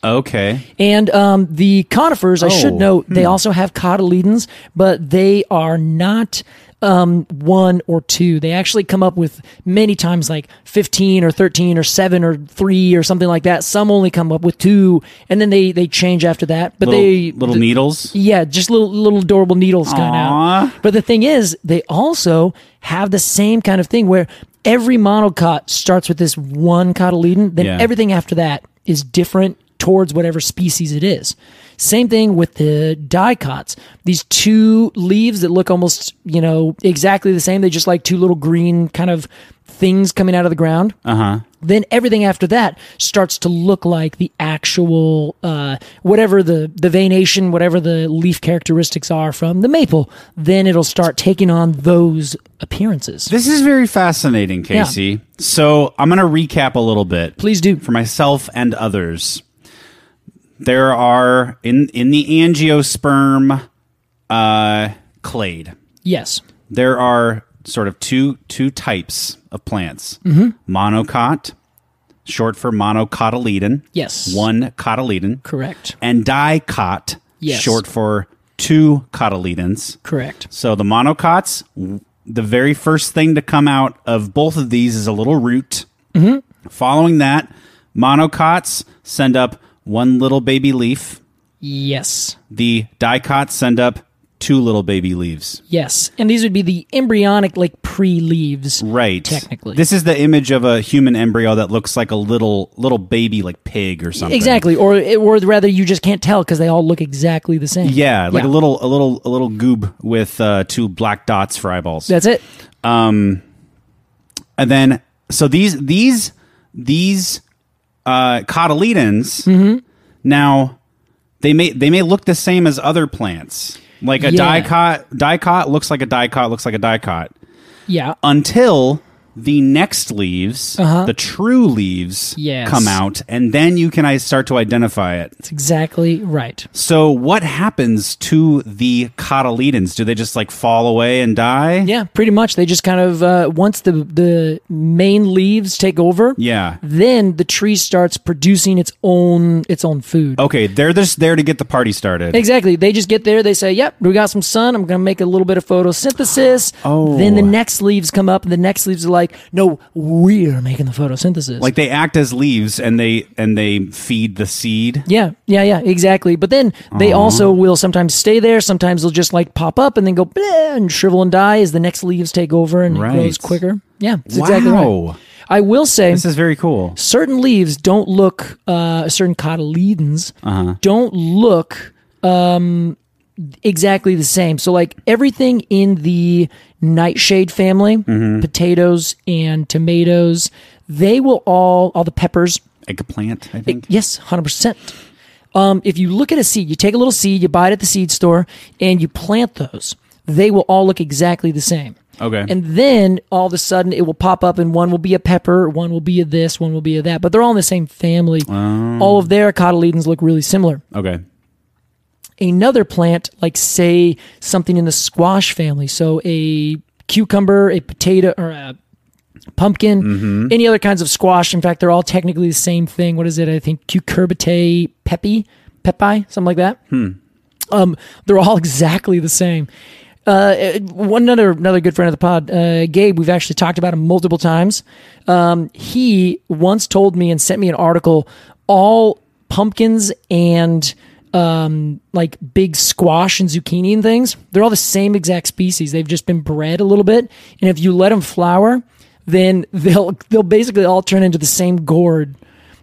Speaker 1: Okay.
Speaker 2: And um, the conifers, I should
Speaker 1: Oh,
Speaker 2: note, they also have cotyledons, but they are not um, one or two. They actually come up with many times like 15 or 13 or 7 or 3 or something like that. Some only come up with two, and then they, they change after that. But
Speaker 1: Little,
Speaker 2: they.
Speaker 1: little
Speaker 2: th-
Speaker 1: needles.
Speaker 2: yeah, just little little adorable needles kind
Speaker 1: Aw.
Speaker 2: out. But the thing is, they also have the same kind of thing where every monocot starts with this one cotyledon, then
Speaker 1: Yeah.
Speaker 2: everything after that is different towards whatever species it is. Same thing with the dicots. These two leaves that look almost, you know, exactly the same. They just like two little green kind of things coming out of the ground then everything after that starts to look like the actual uh, whatever the the venation whatever the leaf characteristics are from the maple then it'll start taking on those appearances
Speaker 1: This is very fascinating, Casey. So I'm going to recap a little bit.
Speaker 2: please do
Speaker 1: for myself and others. There are in in the angiosperm uh, clade.
Speaker 2: yes
Speaker 1: There are sort of two two types of plants:
Speaker 2: Mm-hmm.
Speaker 1: monocot, short for monocotyledon.
Speaker 2: Yes.
Speaker 1: one cotyledon,
Speaker 2: correct
Speaker 1: and dicot,
Speaker 2: Yes.
Speaker 1: short for two cotyledons.
Speaker 2: correct
Speaker 1: So the monocots, w- the very first thing to come out of both of these is a little root.
Speaker 2: Mm-hmm.
Speaker 1: Following that, monocots send up one little baby leaf.
Speaker 2: yes
Speaker 1: The dicots send up two little baby leaves.
Speaker 2: yes and these would be the embryonic like pre leaves
Speaker 1: Right.
Speaker 2: Technically.
Speaker 1: This is the image of a human embryo that looks like a little little baby like pig or something.
Speaker 2: exactly or or rather you just can't tell because they all look exactly the same
Speaker 1: Yeah, like a little a little a little goob with uh, two black dots for eyeballs.
Speaker 2: that's it
Speaker 1: and then so these these these uh cotyledons
Speaker 2: Mm-hmm.
Speaker 1: now they may they may look the same as other plants like a
Speaker 2: Yeah.
Speaker 1: dicot dicot looks like a dicot looks like a dicot
Speaker 2: yeah
Speaker 1: until the next leaves the true leaves
Speaker 2: Uh-huh. Yes.
Speaker 1: come out and then you can i start to identify it
Speaker 2: that's exactly right
Speaker 1: so what happens to the cotyledons do they just like fall away and die
Speaker 2: yeah pretty much they just kind of uh, once the the main leaves take over
Speaker 1: yeah
Speaker 2: then the tree starts producing its own its own food.
Speaker 1: okay they're just there to get the party started
Speaker 2: Exactly. They just get there. They say, "Yep, we got some sun. I'm going to make a little bit of photosynthesis."
Speaker 1: Oh.
Speaker 2: Then the next leaves come up, and the next leaves are like, "No, we're making the photosynthesis."
Speaker 1: like they act as leaves and they and they feed the seed
Speaker 2: yeah, yeah, yeah, exactly. But then they also will sometimes stay there. Sometimes they'll just like pop up and then go bleh, and shrivel and die as the next leaves take over and
Speaker 1: Right.
Speaker 2: it grows quicker. Yeah, that's
Speaker 1: wow
Speaker 2: exactly right. I will say
Speaker 1: this is very cool
Speaker 2: certain leaves don't look uh, certain cotyledons don't look um, exactly the same so like everything in the nightshade family potatoes and tomatoes they will all all the peppers
Speaker 1: eggplant i think
Speaker 2: Yes, hundred percent. Um, if you look at a seed, you take a little seed, you buy it at the seed store, and you plant those. They will all look exactly the same.
Speaker 1: Okay.
Speaker 2: And then all of a sudden, it will pop up, and one will be a pepper, one will be a this, one will be a that. But they're all in the same family. All of their cotyledons look really similar
Speaker 1: okay
Speaker 2: another plant, like say something in the squash family, so a cucumber, a potato, or a pumpkin, any other kinds of squash. In fact, they're all technically the same thing. What is it? I think cucurbitae pepi, pepi, something like that. Um, they're all exactly the same. Uh, one other another good friend of the pod, uh, Gabe. We've actually talked about him multiple times. Um, he once told me and sent me an article. All pumpkins and um, like big squash and zucchini and things, they're all the same exact species. They've just been bred a little bit, and if you let them flower, then they'll they'll basically all turn into the same gourd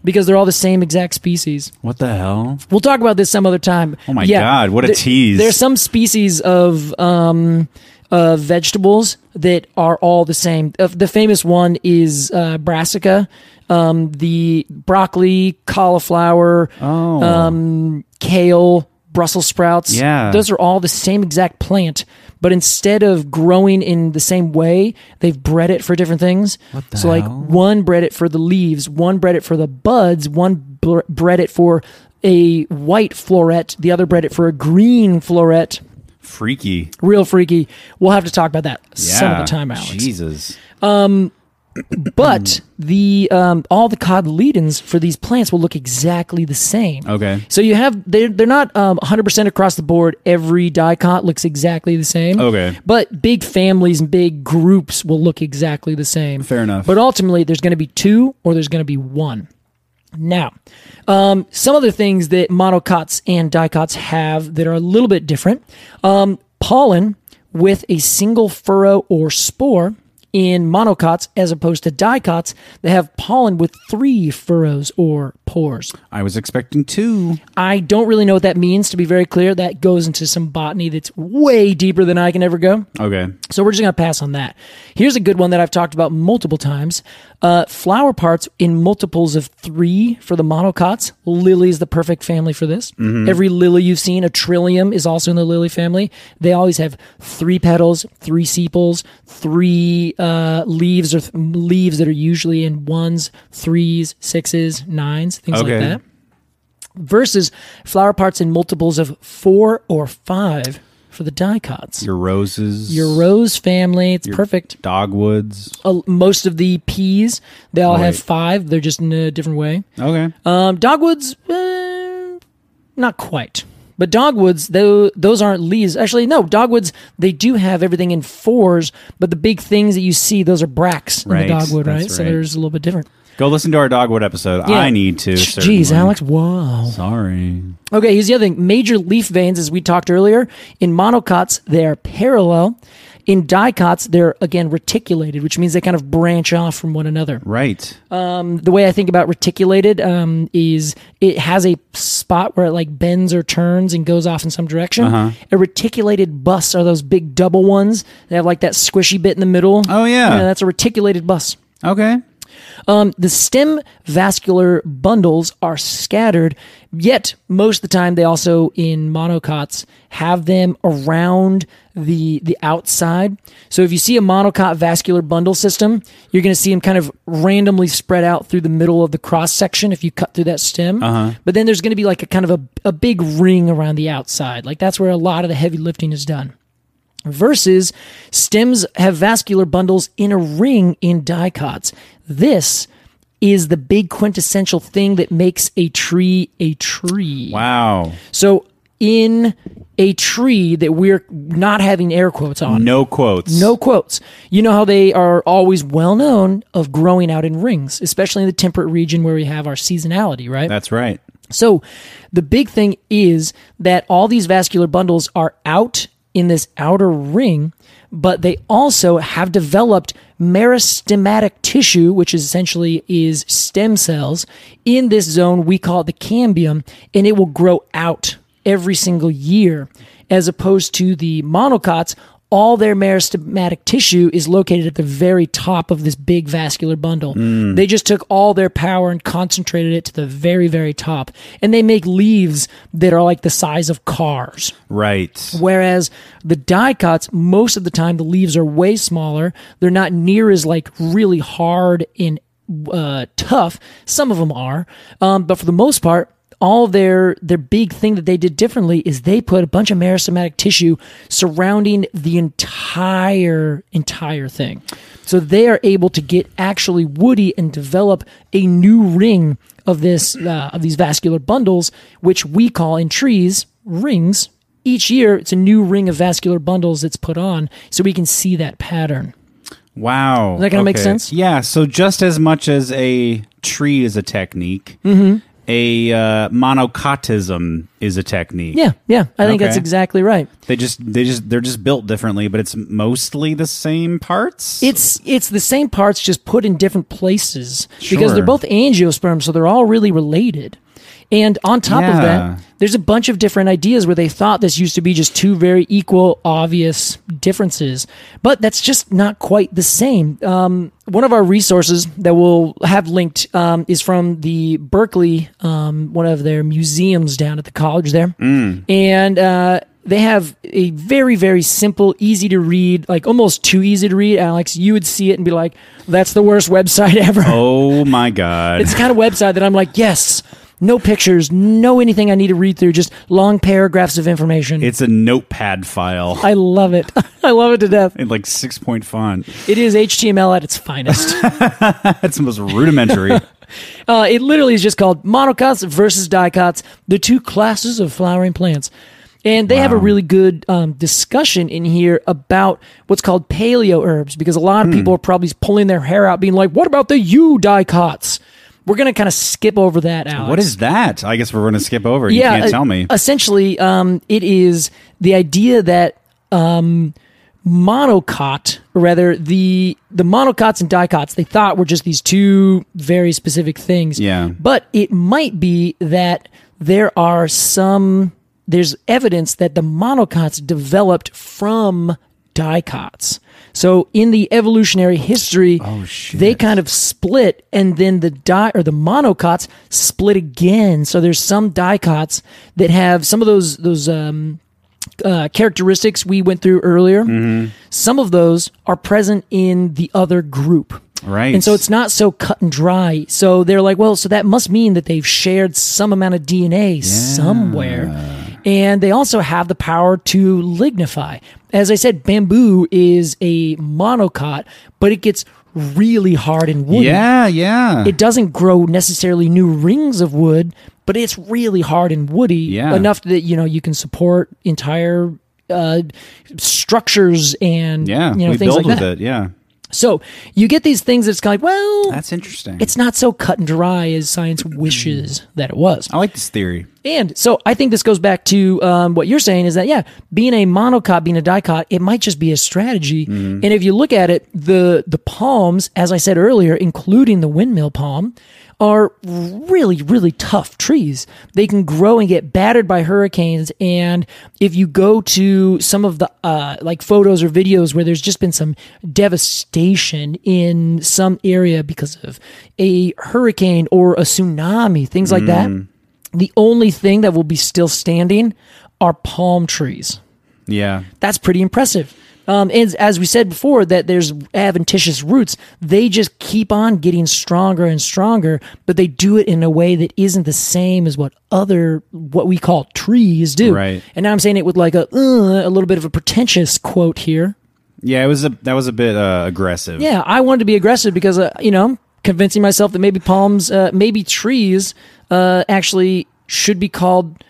Speaker 2: because they're all the same exact species.
Speaker 1: what the hell
Speaker 2: We'll talk about this some other time. Oh
Speaker 1: my God, what a tease.
Speaker 2: There's some species of um, uh, vegetables that are all the same. Uh, The famous one is uh, brassica, um, the broccoli, cauliflower,
Speaker 1: Oh.
Speaker 2: um, kale, Brussels sprouts.
Speaker 1: Yeah.
Speaker 2: Those are all the same exact plant, but instead of growing in the same way, they've bred it for different things. so, like, one bred it for the leaves, one bred it for the buds, one br- bred it for a white floret, the other bred it for a green floret.
Speaker 1: freaky
Speaker 2: Real freaky. We'll have to talk about that some of
Speaker 1: Yeah.
Speaker 2: the time, Alex.
Speaker 1: jesus
Speaker 2: but the um, all the cotyledons for these plants will look exactly the same.
Speaker 1: Okay.
Speaker 2: So you have they're they're not um, 100% across the board. Every dicot looks exactly the same.
Speaker 1: Okay.
Speaker 2: But big families and big groups will look exactly the same.
Speaker 1: Fair enough.
Speaker 2: But ultimately, there's going to be two or there's going to be one. Now, um, some other things that monocots and dicots have that are a little bit different um, pollen with a single furrow or spore in monocots as opposed to dicots that have pollen with three furrows or pores.
Speaker 1: I was expecting two.
Speaker 2: I don't really know what that means, to be very clear. That goes into some botany that's way deeper than I can ever go.
Speaker 1: Okay.
Speaker 2: So we're just going to pass on that. Here's a good one that I've talked about multiple times. Uh, flower parts in multiples of three for the monocots. Lily is the perfect family for this. Every lily you've seen, a trillium is also in the lily family. They always have three petals, three sepals, three uh, leaves or th- leaves that are usually in ones, threes, sixes, nines, things
Speaker 1: Okay.
Speaker 2: like that. Versus flower parts in multiples of four or five for the dicots
Speaker 1: Your roses.
Speaker 2: your rose family. It's perfect.
Speaker 1: Dogwoods.
Speaker 2: Uh, most of the peas, they all have
Speaker 1: Right.
Speaker 2: five. They're just in a different way.
Speaker 1: Okay.
Speaker 2: Um, dogwoods, eh, not quite. But dogwoods, though, those aren't leaves. Actually, no, dogwoods, they do have everything in fours, but the big things that you see, those are bracts
Speaker 1: Right,
Speaker 2: in the dogwood, right?
Speaker 1: that's
Speaker 2: So
Speaker 1: right.
Speaker 2: there's a little bit different.
Speaker 1: Go listen to our Dogwood episode.
Speaker 2: Yeah.
Speaker 1: I need to.
Speaker 2: Jeez,
Speaker 1: certainly.
Speaker 2: Alex, wow.
Speaker 1: Sorry.
Speaker 2: Okay, here's the other thing. Major leaf veins, as we talked earlier, in monocots, they are parallel. In dicots, they're again reticulated, which means they kind of branch off from one another.
Speaker 1: Right.
Speaker 2: Uh, The way I think about reticulated um, is it has a spot where it like bends or turns and goes off in some direction.
Speaker 1: Uh-huh.
Speaker 2: A reticulated bus are those big double ones that have like that squishy bit in the middle.
Speaker 1: Oh, yeah.
Speaker 2: that's a reticulated bus.
Speaker 1: okay.
Speaker 2: Um, the stem vascular bundles are scattered, yet most of the time they also in monocots have them around the the outside. So if you see a monocot vascular bundle system, you're going to see them kind of randomly spread out through the middle of the cross section if you cut through that stem. But then there's going to be like a kind of a, a big ring around the outside. Like that's where a lot of the heavy lifting is done versus stems have vascular bundles in a ring in dicots. This is the big quintessential thing that makes a tree a tree.
Speaker 1: Wow.
Speaker 2: So in a tree that we're not having air quotes on.
Speaker 1: No quotes.
Speaker 2: No quotes. You know how they are always well known of growing out in rings, especially in the temperate region where we have our seasonality, right?
Speaker 1: That's right.
Speaker 2: So the big thing is that all these vascular bundles are out in this outer ring, but they also have developed meristematic tissue, which is essentially is stem cells in this zone. We call it the cambium and it will grow out every single year as opposed to the monocots. All their meristematic tissue is located at the very top of this big vascular bundle. They just took all their power and concentrated it to the very, very top. And they make leaves that are like the size of cars.
Speaker 1: Right.
Speaker 2: Whereas the dicots, most of the time, the leaves are way smaller. They're not near as like really hard and uh, tough. Some of them are, um, but for the most part, all their their big thing that they did differently is they put a bunch of meristematic tissue surrounding the entire entire thing. So they are able to get actually woody and develop a new ring of this uh, of these vascular bundles, which we call in trees rings each year it's a new ring of vascular bundles that's put on so we can see that pattern
Speaker 1: Wow. Is
Speaker 2: that gonna make sense?
Speaker 1: Yeah. So just as much as a tree is a technique,
Speaker 2: Mm-hmm.
Speaker 1: a uh, monocotism is a technique.
Speaker 2: yeah yeah i think that's
Speaker 1: Okay.
Speaker 2: exactly right
Speaker 1: They just they just they're just built differently, but it's mostly the same parts.
Speaker 2: it's it's the same parts just put in different places because they're
Speaker 1: Sure.
Speaker 2: both angiosperms so they're all really related and on top of
Speaker 1: Yeah.
Speaker 2: that there's a bunch of different ideas where they thought this used to be just two very equal obvious differences but that's just not quite the same um, one of our resources that we'll have linked um, is from the berkeley um, one of their museums down at the college there
Speaker 1: Mm.
Speaker 2: and uh, they have a very very simple easy to read like almost too easy to read alex you would see it and be like that's the worst website ever
Speaker 1: oh my god.
Speaker 2: it's the kind of website that I'm like, yes, No pictures, no anything I need to read through, just long paragraphs of information.
Speaker 1: It's a notepad file
Speaker 2: I love it. I love it to death.
Speaker 1: in like six point font.
Speaker 2: It is HTML at its finest.
Speaker 1: That's the most rudimentary.
Speaker 2: Uh, it literally is just called monocots versus dicots, the two classes of flowering plants. And they have a really good um, discussion in here about what's called paleo herbs because a lot of people are probably pulling their hair out, being like, what about the you dicots? We're going to kind of skip over that, Alex.
Speaker 1: what is that? I guess we're going to skip over. You can't
Speaker 2: uh,
Speaker 1: tell me.
Speaker 2: Essentially, um, it is the idea that um, monocot, or rather the the monocots and dicots, they thought were just these two very specific things.
Speaker 1: Yeah.
Speaker 2: But it might be that there are some there's evidence that the monocots developed from dicots. So in the evolutionary history, they kind of split and then the di or the monocots split again. So there's some dicots that have some of those those um uh, characteristics we went through earlier,
Speaker 1: Mm-hmm.
Speaker 2: some of those are present in the other group.
Speaker 1: Right.
Speaker 2: And so it's not so cut and dry. So they're like, well, so that must mean that they've shared some amount of DNA somewhere. And they also have the power to lignify. As I said, bamboo is a monocot, but it gets really hard and woody.
Speaker 1: yeah, yeah.
Speaker 2: It doesn't grow necessarily new rings of wood, but it's really hard and woody
Speaker 1: Yeah.
Speaker 2: enough that you know you can support entire uh, structures and
Speaker 1: yeah,
Speaker 2: you know
Speaker 1: we
Speaker 2: things
Speaker 1: build
Speaker 2: like
Speaker 1: with
Speaker 2: that.
Speaker 1: it. Yeah,
Speaker 2: So you get these things that's kind of like, well,
Speaker 1: that's interesting.
Speaker 2: it's not so cut and dry as science wishes that it was.
Speaker 1: I like this theory.
Speaker 2: And so I think this goes back to um, what you're saying is that, yeah, being a monocot, being a dicot, it might just be a strategy. And if you look at it, the, the palms, as I said earlier, including the windmill palm, are really, really tough trees. They can grow and get battered by hurricanes. And if you go to some of the uh, like photos or videos where there's just been some devastation in some area because of a hurricane or a tsunami, things like that the only thing that will be still standing are palm trees.
Speaker 1: Yeah,
Speaker 2: That's pretty impressive. Um, and as we said before, that there's adventitious roots. They just keep on getting stronger and stronger, but they do it in a way that isn't the same as what other what we call trees do.
Speaker 1: Right.
Speaker 2: And now I'm saying it with like a uh, a little bit of a pretentious quote here.
Speaker 1: yeah. It was a that was a bit uh, aggressive.
Speaker 2: Yeah, I wanted to be aggressive because uh, you know, convincing myself that maybe palms, uh, maybe trees, uh, actually should be called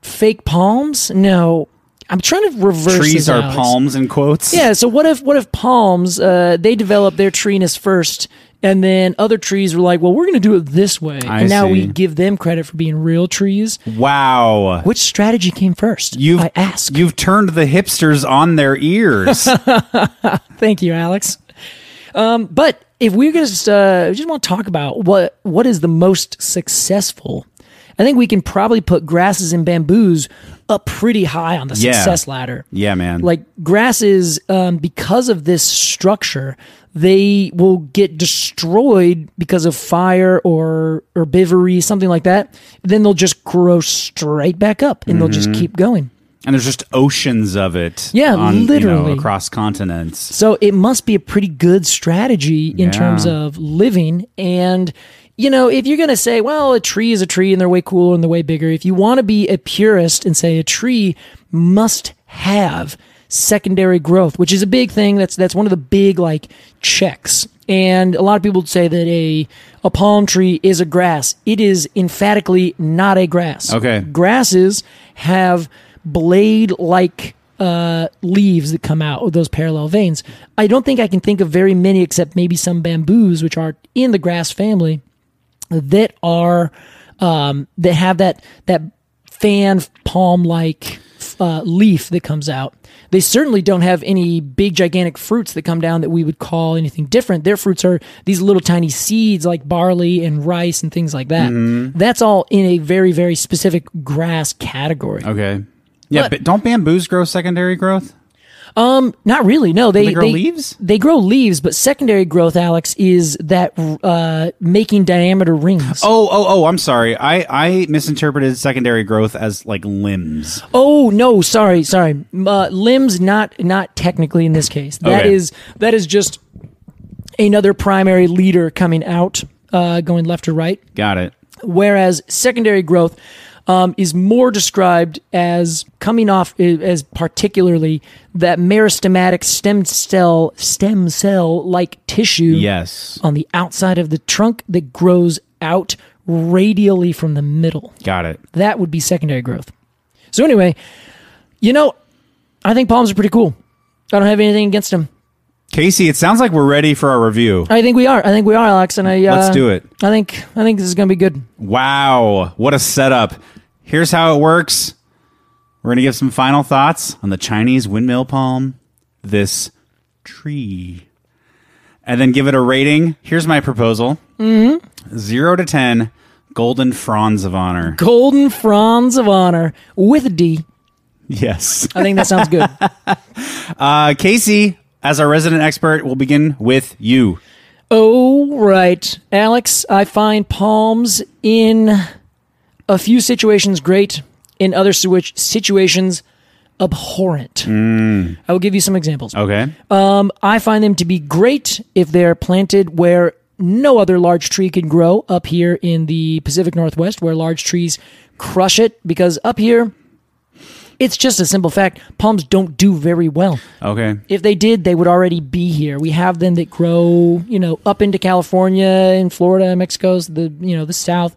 Speaker 2: fake palms. No, I'm trying to reverse.
Speaker 1: trees
Speaker 2: this,
Speaker 1: are
Speaker 2: Alex.
Speaker 1: palms in quotes.
Speaker 2: Yeah. So what if what if palms uh, they develop their treeness first, and then other trees were like, well, we're going to do it this way,
Speaker 1: I
Speaker 2: and now
Speaker 1: see.
Speaker 2: we give them credit for being real trees.
Speaker 1: Wow.
Speaker 2: Which strategy came first?
Speaker 1: You've
Speaker 2: I ask.
Speaker 1: You've turned the hipsters on their ears.
Speaker 2: Thank you, Alex. Um, but if we're gonna just, uh, we just want to talk about what what is the most successful, I think we can probably put grasses and bamboos up pretty high on the
Speaker 1: Yeah.
Speaker 2: success ladder.
Speaker 1: yeah, man.
Speaker 2: Like grasses, um, because of this structure, they will get destroyed because of fire or herbivory, something like that. Then they'll just grow straight back up, and they'll
Speaker 1: Mm-hmm.
Speaker 2: just keep going.
Speaker 1: and there's just oceans of it.
Speaker 2: Yeah,
Speaker 1: on, you know,
Speaker 2: literally.
Speaker 1: across continents.
Speaker 2: So it must be a pretty good strategy in
Speaker 1: Yeah.
Speaker 2: terms of living. And, you know, if you're going to say, well, a tree is a tree and they're way cooler and they're way bigger, if you want to be a purist and say a tree must have secondary growth, which is a big thing. That's, that's one of the big like checks. And a lot of people say that a, a palm tree is a grass. It is emphatically not a grass.
Speaker 1: Okay.
Speaker 2: Grasses have blade like uh, leaves that come out with those parallel veins. I don't think I can think of very many, except maybe some bamboos, which are in the grass family, that are um, that have that that fan palm like uh, leaf that comes out. They certainly don't have any big gigantic fruits that come down that we would call anything different. Their fruits are these little tiny seeds like barley and rice and things like that.
Speaker 1: Mm-hmm.
Speaker 2: That's all in a very very specific grass category.
Speaker 1: Okay. Yeah,
Speaker 2: But-
Speaker 1: but, don't bamboos grow secondary growth?
Speaker 2: Not really. No, they,
Speaker 1: they grow leaves?
Speaker 2: They grow leaves, but secondary growth, Alex, is that uh, making diameter rings.
Speaker 1: Oh, oh, oh! I'm sorry. I I misinterpreted secondary growth as like limbs.
Speaker 2: Oh, no, sorry, sorry. Uh, limbs, not not technically in this case. That
Speaker 1: Okay.
Speaker 2: is that is just another primary leader coming out, uh, going left or right.
Speaker 1: Got it.
Speaker 2: whereas secondary growth um, is more described as coming off as particularly that meristematic stem cell stem cell like tissue
Speaker 1: Yes.
Speaker 2: on the outside of the trunk that grows out radially from the middle
Speaker 1: Got it.
Speaker 2: that would be secondary growth. So anyway, you know, I think palms are pretty cool. I don't have anything against them.
Speaker 1: Casey, it sounds like we're ready for our review.
Speaker 2: I think we are. I think we are, Alex. And I uh,
Speaker 1: Let's do it.
Speaker 2: I think I think this is gonna be good.
Speaker 1: Wow, what a setup. Here's how it works. We're going to give some final thoughts on the Chinese windmill palm, this tree, and then give it a rating. Here's my proposal zero to 10, golden fronds of honor.
Speaker 2: Golden fronds of honor with a D.
Speaker 1: Yes.
Speaker 2: I think that sounds good.
Speaker 1: Uh, Casey, as our resident expert, we'll begin with you.
Speaker 2: oh right, Alex. I find palms in a few situations great, in other situ- situations abhorrent.
Speaker 1: Mm.
Speaker 2: I will give you some examples.
Speaker 1: Okay.
Speaker 2: Um, I find them to be great if they're planted where no other large tree can grow up here in the Pacific Northwest, where large trees crush it. Because up here, it's just a simple fact palms don't do very well.
Speaker 1: Okay.
Speaker 2: If they did, they would already be here. We have them that grow, you know, up into California and Florida and Mexico's the you know, the south.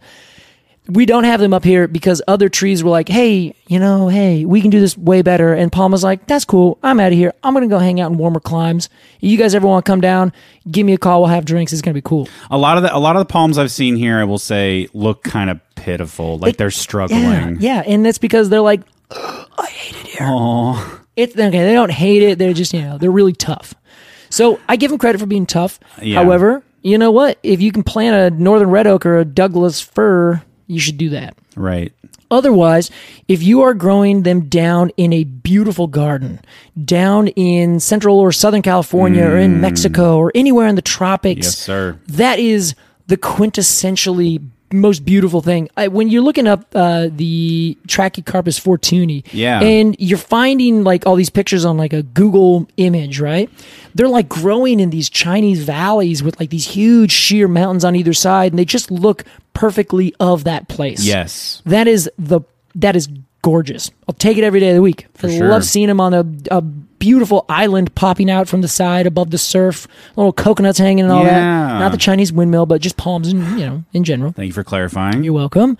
Speaker 2: We don't have them up here because other trees were like, hey, you know, hey, we can do this way better. And Palma's like, that's cool. I'm out of here. I'm going to go hang out in warmer climes. You guys ever want to come down? Give me a call. We'll have drinks. It's going to be cool.
Speaker 1: A lot of the a lot of the palms I've seen here, I will say, look kind of pitiful, like they're struggling.
Speaker 2: Yeah. Yeah. And that's because they're like, I hate it here. It's okay. They don't hate it. They're just, you know, they're really tough. So I give them credit for being tough.
Speaker 1: Yeah.
Speaker 2: However, you know what? If you can plant a northern red oak or a Douglas fir, you should do that.
Speaker 1: Right.
Speaker 2: Otherwise, if you are growing them down in a beautiful garden, down in central or southern California or in Mexico or anywhere in the tropics,
Speaker 1: Mm. Yes, sir.
Speaker 2: that is the quintessentially most beautiful thing. I, when you're looking up uh, the Trachycarpus fortuni,
Speaker 1: Yeah.
Speaker 2: and you're finding like all these pictures on like a Google image, right? They're like growing in these Chinese valleys with like these huge sheer mountains on either side, and they just look perfectly of that place.
Speaker 1: Yes.
Speaker 2: That is the that is gorgeous. I'll take it every day of the week. I
Speaker 1: sure.
Speaker 2: love seeing them on a, a beautiful island popping out from the side above the surf, little coconuts hanging and all
Speaker 1: Yeah.
Speaker 2: that. Not the Chinese windmill, but just palms in you know in general.
Speaker 1: Thank you for clarifying.
Speaker 2: You're welcome.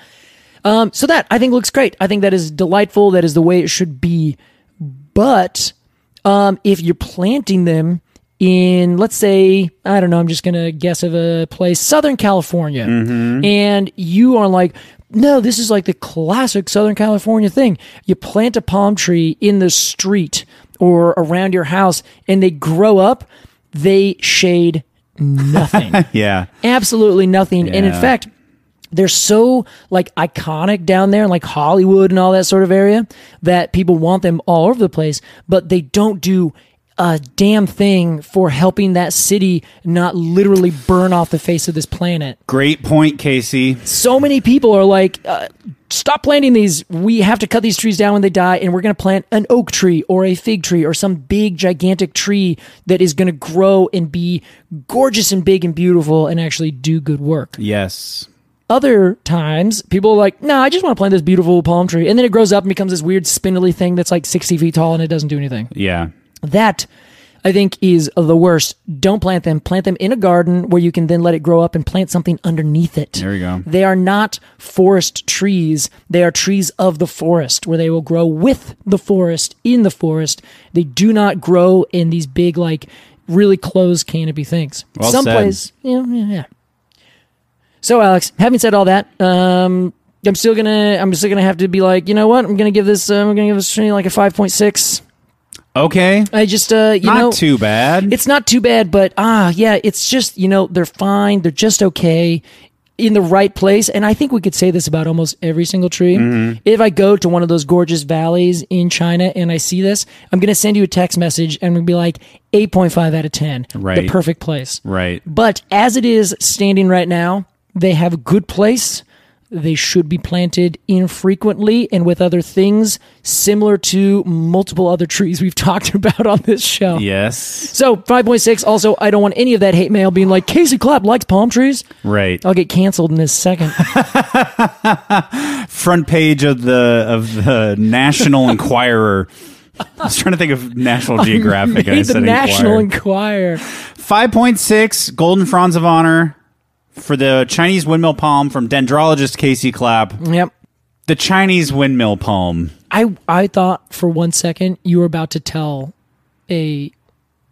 Speaker 2: Um, so that I think looks great. I think that is delightful. That is the way it should be. But um, if you're planting them in, let's say, I don't know, I'm just gonna guess of a place, Southern California, and you are like, no, this is like the classic Southern California thing. You plant a palm tree in the street or around your house, and they grow up. They shade nothing
Speaker 1: yeah.
Speaker 2: absolutely nothing. And in
Speaker 1: Yeah.
Speaker 2: fact, they're so like iconic down there, like Hollywood and all that sort of area, that people want them all over the place, but they don't do a damn thing for helping that city not literally burn off the face of this planet.
Speaker 1: Great point, Casey.
Speaker 2: So many people are like, uh, stop planting these. We have to cut these trees down when they die, and we're going to plant an oak tree or a fig tree or some big, gigantic tree that is going to grow and be gorgeous and big and beautiful and actually do good work
Speaker 1: Yes.
Speaker 2: other times people are like no i just want to plant this beautiful palm tree and then it grows up and becomes this weird spindly thing that's like 60 feet tall and it doesn't do anything
Speaker 1: Yeah.
Speaker 2: that i think is the worst don't plant them plant them in a garden where you can then let it grow up and plant something underneath it
Speaker 1: There you go.
Speaker 2: they are not forest trees they are trees of the forest where they will grow with the forest in the forest they do not grow in these big like really closed canopy things
Speaker 1: Well
Speaker 2: some
Speaker 1: said.
Speaker 2: place yeah, yeah yeah so alex having said all that um i'm still gonna i'm still gonna have to be like you know what i'm gonna give this uh, i'm gonna give this tree like a 5.6
Speaker 1: Okay.
Speaker 2: i just uh you
Speaker 1: Not
Speaker 2: know
Speaker 1: too bad.
Speaker 2: it's not too bad, but ah, yeah, it's just, you know, they're fine. They're just okay in the right place. And I think we could say this about almost every single tree.
Speaker 1: Mm-hmm.
Speaker 2: If I go to one of those gorgeous valleys in China and I see this, I'm going to send you a text message and I'm going to be like 8.5 out of 10.
Speaker 1: Right.
Speaker 2: The perfect place.
Speaker 1: right.
Speaker 2: But as it is standing right now, they have a good place. They should be planted infrequently and with other things similar to multiple other trees we've talked about on this show.
Speaker 1: Yes.
Speaker 2: So 5.6. Also, I don't want any of that hate mail being like Casey Clapp likes palm trees.
Speaker 1: Right.
Speaker 2: I'll get canceled in a second.
Speaker 1: Front page of the of the National Enquirer. I was trying to think of National Geographic. and I
Speaker 2: Made the
Speaker 1: said
Speaker 2: National
Speaker 1: Enquirer.
Speaker 2: Enquirer.
Speaker 1: 5.6 Golden Fronds of Honor for the Chinese windmill palm from dendrologist Casey Clapp.
Speaker 2: Yep.
Speaker 1: The Chinese windmill palm.
Speaker 2: I I thought for one second you were about to tell a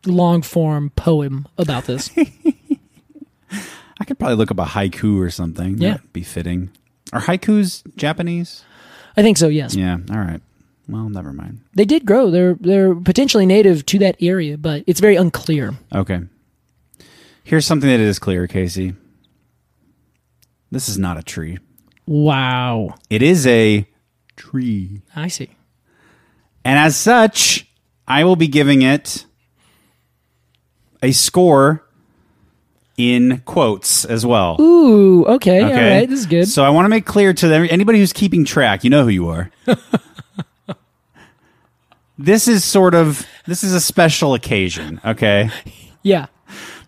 Speaker 2: long form poem about this.
Speaker 1: I could probably look up a haiku or something.
Speaker 2: Yeah.
Speaker 1: That'd be fitting. Are haikus Japanese?
Speaker 2: I think so. Yes,
Speaker 1: Yeah. All right. Well, never mind.
Speaker 2: they did grow. They're they're potentially native to that area, but it's very unclear.
Speaker 1: Okay. Here's something that is clear, Casey. This is not a tree.
Speaker 2: Wow,
Speaker 1: It is a tree.
Speaker 2: I see.
Speaker 1: And as such, I will be giving it a score in quotes as well.
Speaker 2: Ooh, okay, all right, this is good.
Speaker 1: So I want to make clear to them, anybody who's keeping track, you know who you are. this is sort of this is a special occasion, okay?
Speaker 2: yeah,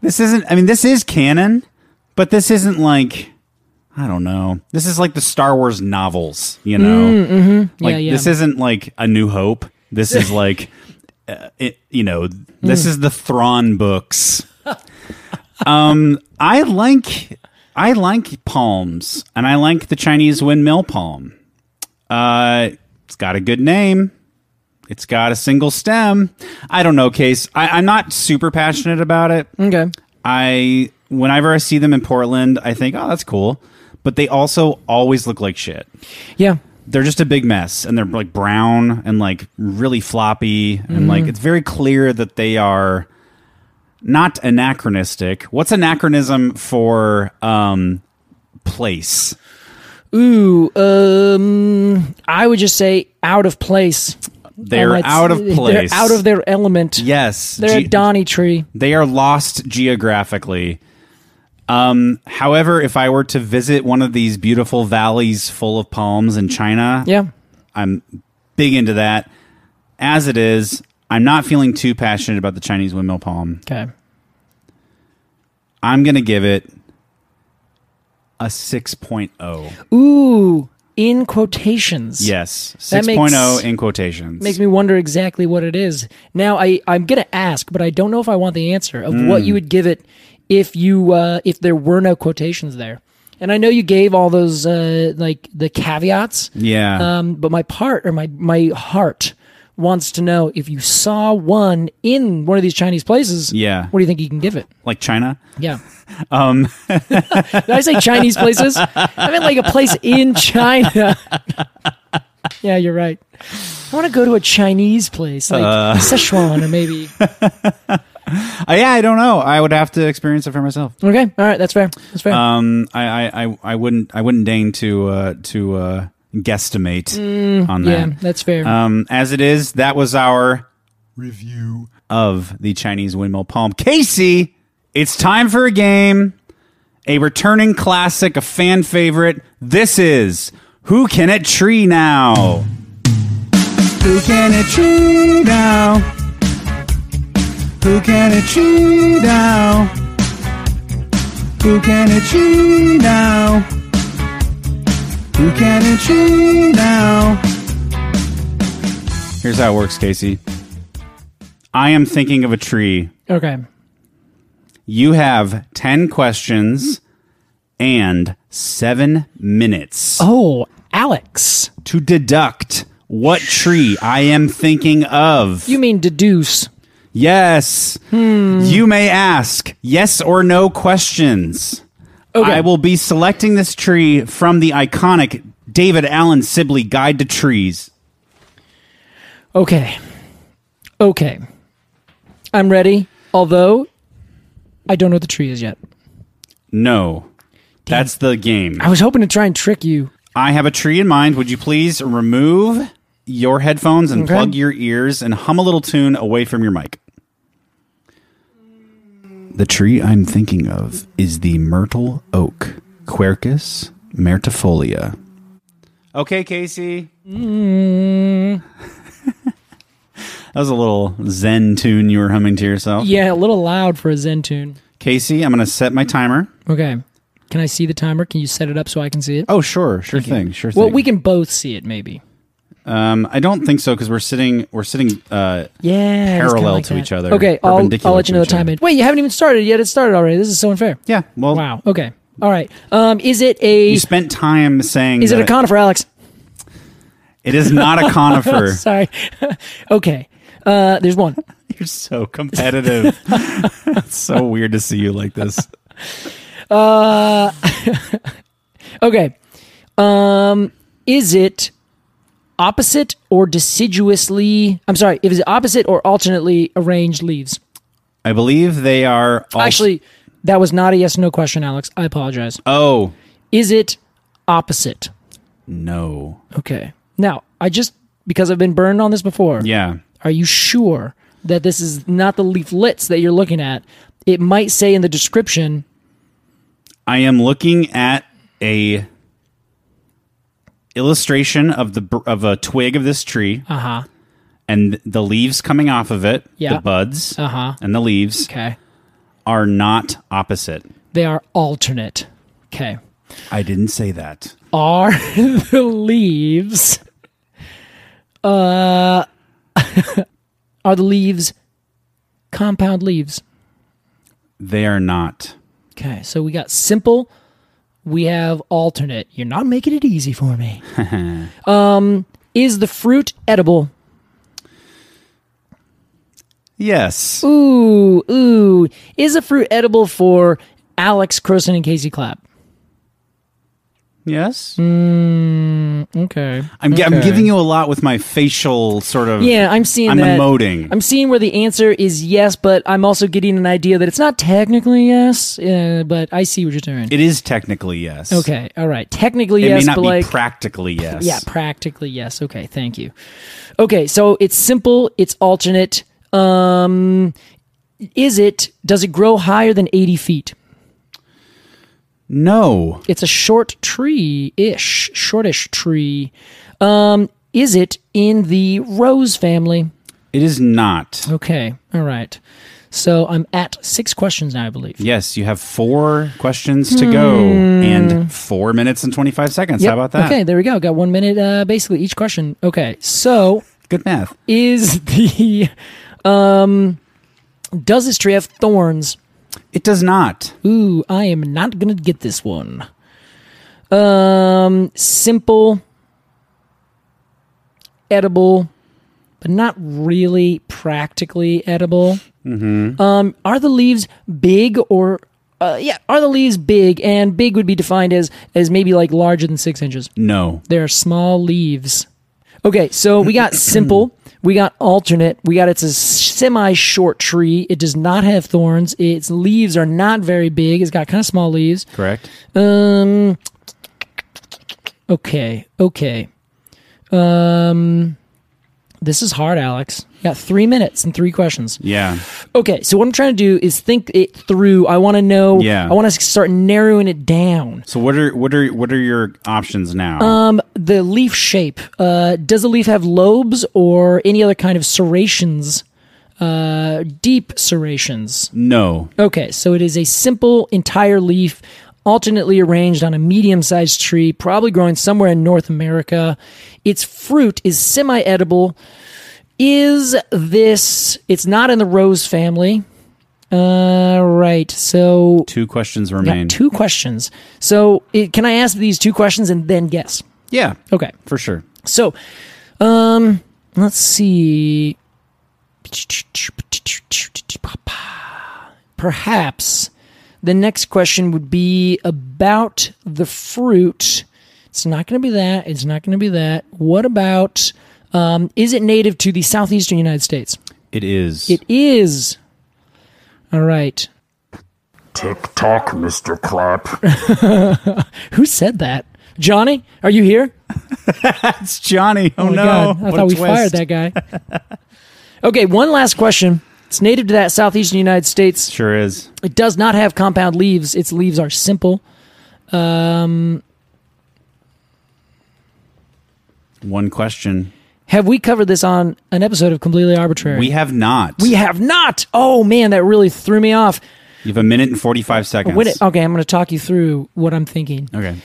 Speaker 1: This isn't I mean this is canon, but this isn't like I don't know. This is like the Star Wars novels, you know. Like
Speaker 2: Mm, mm-hmm. yeah, yeah.
Speaker 1: this isn't like A New Hope. This is like uh, it, you know, this
Speaker 2: Mm.
Speaker 1: is the Thrawn books. um I like I like palms and I like the Chinese windmill palm. Uh it's got a good name. It's got a single stem. I don't know, Case. I, I'm not super passionate about it.
Speaker 2: okay.
Speaker 1: I whenever I see them in Portland, I think, oh, that's cool. But they also always look like shit.
Speaker 2: Yeah,
Speaker 1: They're just a big mess, and they're like brown and like really floppy, and
Speaker 2: Mm-hmm.
Speaker 1: like it's very clear that they are not anachronistic. What's anachronism for um, place?
Speaker 2: Ooh, um, I would just say out of place.
Speaker 1: They're
Speaker 2: I might
Speaker 1: out of
Speaker 2: say.
Speaker 1: place.
Speaker 2: Oh, They're out of their element.
Speaker 1: yes.
Speaker 2: They're
Speaker 1: Ge-
Speaker 2: a Donny tree.
Speaker 1: They are lost geographically. Um, however, if I were to visit one of these beautiful valleys full of palms in China,
Speaker 2: Yeah.
Speaker 1: I'm big into that. As it is, I'm not feeling too passionate about the Chinese windmill palm.
Speaker 2: Okay.
Speaker 1: I'm going to give it a 6.0.
Speaker 2: Ooh, in quotations.
Speaker 1: Yes,
Speaker 2: That makes-
Speaker 1: 6.0 in quotations.
Speaker 2: Makes me wonder exactly what it is. Now I I'm gonna ask, but I don't know if I want the answer of
Speaker 1: Mm.
Speaker 2: what you would give it if you uh, if there were no quotations there. And I know you gave all those uh, like the caveats.
Speaker 1: yeah.
Speaker 2: Um, but my part or my my heart wants to know if you saw one in one of these Chinese places.
Speaker 1: Yeah.
Speaker 2: What do you think you can give it?
Speaker 1: like China?
Speaker 2: Yeah. Um. Did I say Chinese places? I meant like a place in China. yeah, you're right. I want to go to a Chinese place, like Sichuan or maybe.
Speaker 1: Uh, yeah, I don't know. I would have to experience it for myself.
Speaker 2: Okay, all right, that's fair. That's fair.
Speaker 1: Um, I, I, I, I wouldn't, I wouldn't deign to, uh, to uh, guesstimate
Speaker 2: Mm.
Speaker 1: on
Speaker 2: yeah,
Speaker 1: that.
Speaker 2: that's fair.
Speaker 1: Um, as it is, that was our review of the Chinese windmill palm. Casey, it's time for a game, a returning classic, a fan favorite. This is Who Can It Tree Now? Who can it tree now? Who can it tree now? Who can it tree now? Who can it tree now? Here's how it works, Casey. I am thinking of a tree.
Speaker 2: okay.
Speaker 1: You have 10 questions and seven minutes
Speaker 2: Oh, Alex,
Speaker 1: to deduct what tree I am thinking of.
Speaker 2: you mean deduce?
Speaker 1: yes. You may ask yes or no questions.
Speaker 2: Okay.
Speaker 1: I will be selecting this tree from the iconic David Allen Sibley Guide to Trees.
Speaker 2: Okay. Okay. I'm ready. Although I don't know what the tree is yet.
Speaker 1: No. That's the game.
Speaker 2: I was hoping to try and trick you.
Speaker 1: I have a tree in mind. Would you please remove your headphones and
Speaker 2: Okay.
Speaker 1: plug your ears and hum a little tune away from your mic? The tree I'm thinking of is the myrtle oak, Quercus Mertifolia. Okay, Casey. Mm. that was a little Zen tune you were humming to yourself.
Speaker 2: Yeah, a little loud for a Zen tune.
Speaker 1: Casey, I'm going to set my timer.
Speaker 2: Okay. Can I see the timer? Can you set it up so I can see it?
Speaker 1: Oh, sure, sure thing, sure
Speaker 2: well,
Speaker 1: thing.
Speaker 2: we can both see it, maybe.
Speaker 1: um, I don't think so because we're sitting, we're sitting. Uh,
Speaker 2: Yeah. it's kinda
Speaker 1: Parallel
Speaker 2: like
Speaker 1: to
Speaker 2: that.
Speaker 1: each other,
Speaker 2: Okay, I'll, I'll
Speaker 1: perpendicular
Speaker 2: let you
Speaker 1: to
Speaker 2: know the
Speaker 1: each
Speaker 2: time.
Speaker 1: other.
Speaker 2: in- Wait, you haven't even started yet. It started already. This is so unfair.
Speaker 1: yeah. Well,
Speaker 2: Wow. Okay. All right. Um, is it a
Speaker 1: You spent time saying
Speaker 2: is it a
Speaker 1: that
Speaker 2: conifer, Alex?
Speaker 1: It is not a conifer.
Speaker 2: Sorry. okay. Uh, there's one.
Speaker 1: You're so competitive. it's so weird to see you like this.
Speaker 2: Uh, okay. Um, is it opposite or deciduously? I'm sorry. If it's opposite or alternately arranged leaves?
Speaker 1: I believe they are all
Speaker 2: Actually, that was not a yes no question, Alex. I apologize.
Speaker 1: Oh
Speaker 2: Is it opposite?
Speaker 1: no.
Speaker 2: Okay. Now, I just because I've been burned on this before.
Speaker 1: Yeah.
Speaker 2: Are you sure that this is not the leaflets that you're looking at? It might say in the description.
Speaker 1: I am looking at a illustration of the br- of a twig of this tree
Speaker 2: Uh huh.
Speaker 1: and the leaves coming off of it,
Speaker 2: Yeah.
Speaker 1: the buds
Speaker 2: Uh-huh.
Speaker 1: and the leaves
Speaker 2: Okay.
Speaker 1: are not opposite.
Speaker 2: They are alternate. Okay.
Speaker 1: I didn't say that.
Speaker 2: Are the leaves? Uh, are the leaves compound leaves?
Speaker 1: They are not.
Speaker 2: Okay. So we got simple. We have alternate. You're not making it easy for me. um, is the fruit edible?
Speaker 1: Yes.
Speaker 2: Ooh, ooh. Is a fruit edible for Alex Croson and Casey Clapp?
Speaker 1: Yes.
Speaker 2: Okay.
Speaker 1: I'm, gi- I'm giving you a lot with my facial sort of.
Speaker 2: Yeah, I'm seeing
Speaker 1: Mm-hmm. I'm
Speaker 2: that.
Speaker 1: emoting.
Speaker 2: I'm seeing where the answer is yes, but I'm also getting an idea that it's not technically yes, uh, but I see what you're doing.
Speaker 1: It is technically yes.
Speaker 2: okay, all right. Technically
Speaker 1: It
Speaker 2: yes,
Speaker 1: may not
Speaker 2: but
Speaker 1: be
Speaker 2: like
Speaker 1: practically yes.
Speaker 2: yeah, practically yes. Okay, thank you. Okay, so it's simple, it's alternate. Um is it does it grow higher than 80 feet?
Speaker 1: no.
Speaker 2: it's a short tree ish, shortish tree. Um, is it in the rose family?
Speaker 1: It is not.
Speaker 2: Okay, all right. So I'm at six questions now, I believe.
Speaker 1: Yes, you have four questions to go and four minutes and 25 seconds.
Speaker 2: Hmm. Yep.
Speaker 1: How about that?
Speaker 2: Okay, there we go. Got one minute, uh, basically each question. Okay, so
Speaker 1: Good math.
Speaker 2: is the um, does this tree have thorns?
Speaker 1: It does not.
Speaker 2: Ooh, I am not gonna get this one. Um, simple, edible, but not really practically edible. Um, are the leaves big or? Uh, yeah, are the leaves big? And big would be defined as as maybe like larger than six inches.
Speaker 1: No.
Speaker 2: They're small leaves. Okay, so we got simple, we got alternate, we got it's a semi short tree. It does not have thorns. Its leaves are not very big. It's got kind of small leaves.
Speaker 1: Correct.
Speaker 2: Um Okay, okay. Um this is hard, Alex. You got 3 minutes and 3 questions.
Speaker 1: Yeah.
Speaker 2: Okay, so what I'm trying to do is think it through. I want to know
Speaker 1: Yeah.
Speaker 2: I want to start narrowing it down.
Speaker 1: So what are what are what are your options now?
Speaker 2: Um, the leaf shape. Uh, does the leaf have lobes or any other kind of serrations? Uh, deep serrations.
Speaker 1: no.
Speaker 2: Okay, so it is a simple entire leaf, alternately arranged on a medium-sized tree, probably growing somewhere in North America. Its fruit is semi-edible. Is this? It's not in the rose family. Uh, right. So
Speaker 1: Two questions
Speaker 2: got
Speaker 1: remain.
Speaker 2: two questions. So it, can I ask these two questions and then guess?
Speaker 1: Yeah.
Speaker 2: Okay.
Speaker 1: For sure.
Speaker 2: So, um, let's see. Perhaps the next question would be about the fruit. It's not going to be that. It's not going to be that. What about? Um, is it native to the southeastern United States?
Speaker 1: It is.
Speaker 2: It is. All right.
Speaker 3: Tick tock, Mr. Clap.
Speaker 2: Who said that? Johnny, are you here?
Speaker 1: it's Johnny. Oh, no.
Speaker 2: I
Speaker 1: What a
Speaker 2: thought we
Speaker 1: twist.
Speaker 2: fired that guy. okay, one last question. It's native to that southeastern United States.
Speaker 1: Sure is.
Speaker 2: It does not have compound leaves. Its leaves are simple. Um,
Speaker 1: One question.
Speaker 2: Have we covered this on an episode of Completely Arbitrary?
Speaker 1: We have not.
Speaker 2: We have not. Oh man, that really threw me off.
Speaker 1: you have a minute and
Speaker 2: Oh,
Speaker 1: 45 seconds.
Speaker 2: When it- okay, I'm going to talk you through what I'm thinking.
Speaker 1: okay.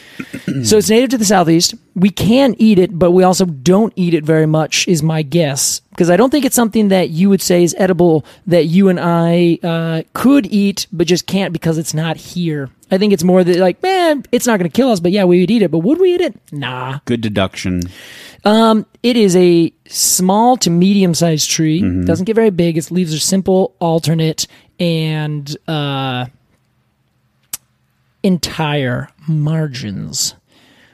Speaker 2: So it's native to the southeast. We can eat it, but we also don't eat it very much, is my guess. Because I don't think it's something that you would say is edible that you and I uh, could eat, but just can't because it's not here. I think it's more that like, man, it's not going to kill us, but yeah, we would eat it. But would we eat it? Nah.
Speaker 1: Good deduction.
Speaker 2: It is a small to medium sized tree. Doesn't get very big. Its leaves are simple, alternate, and uh, entire margins,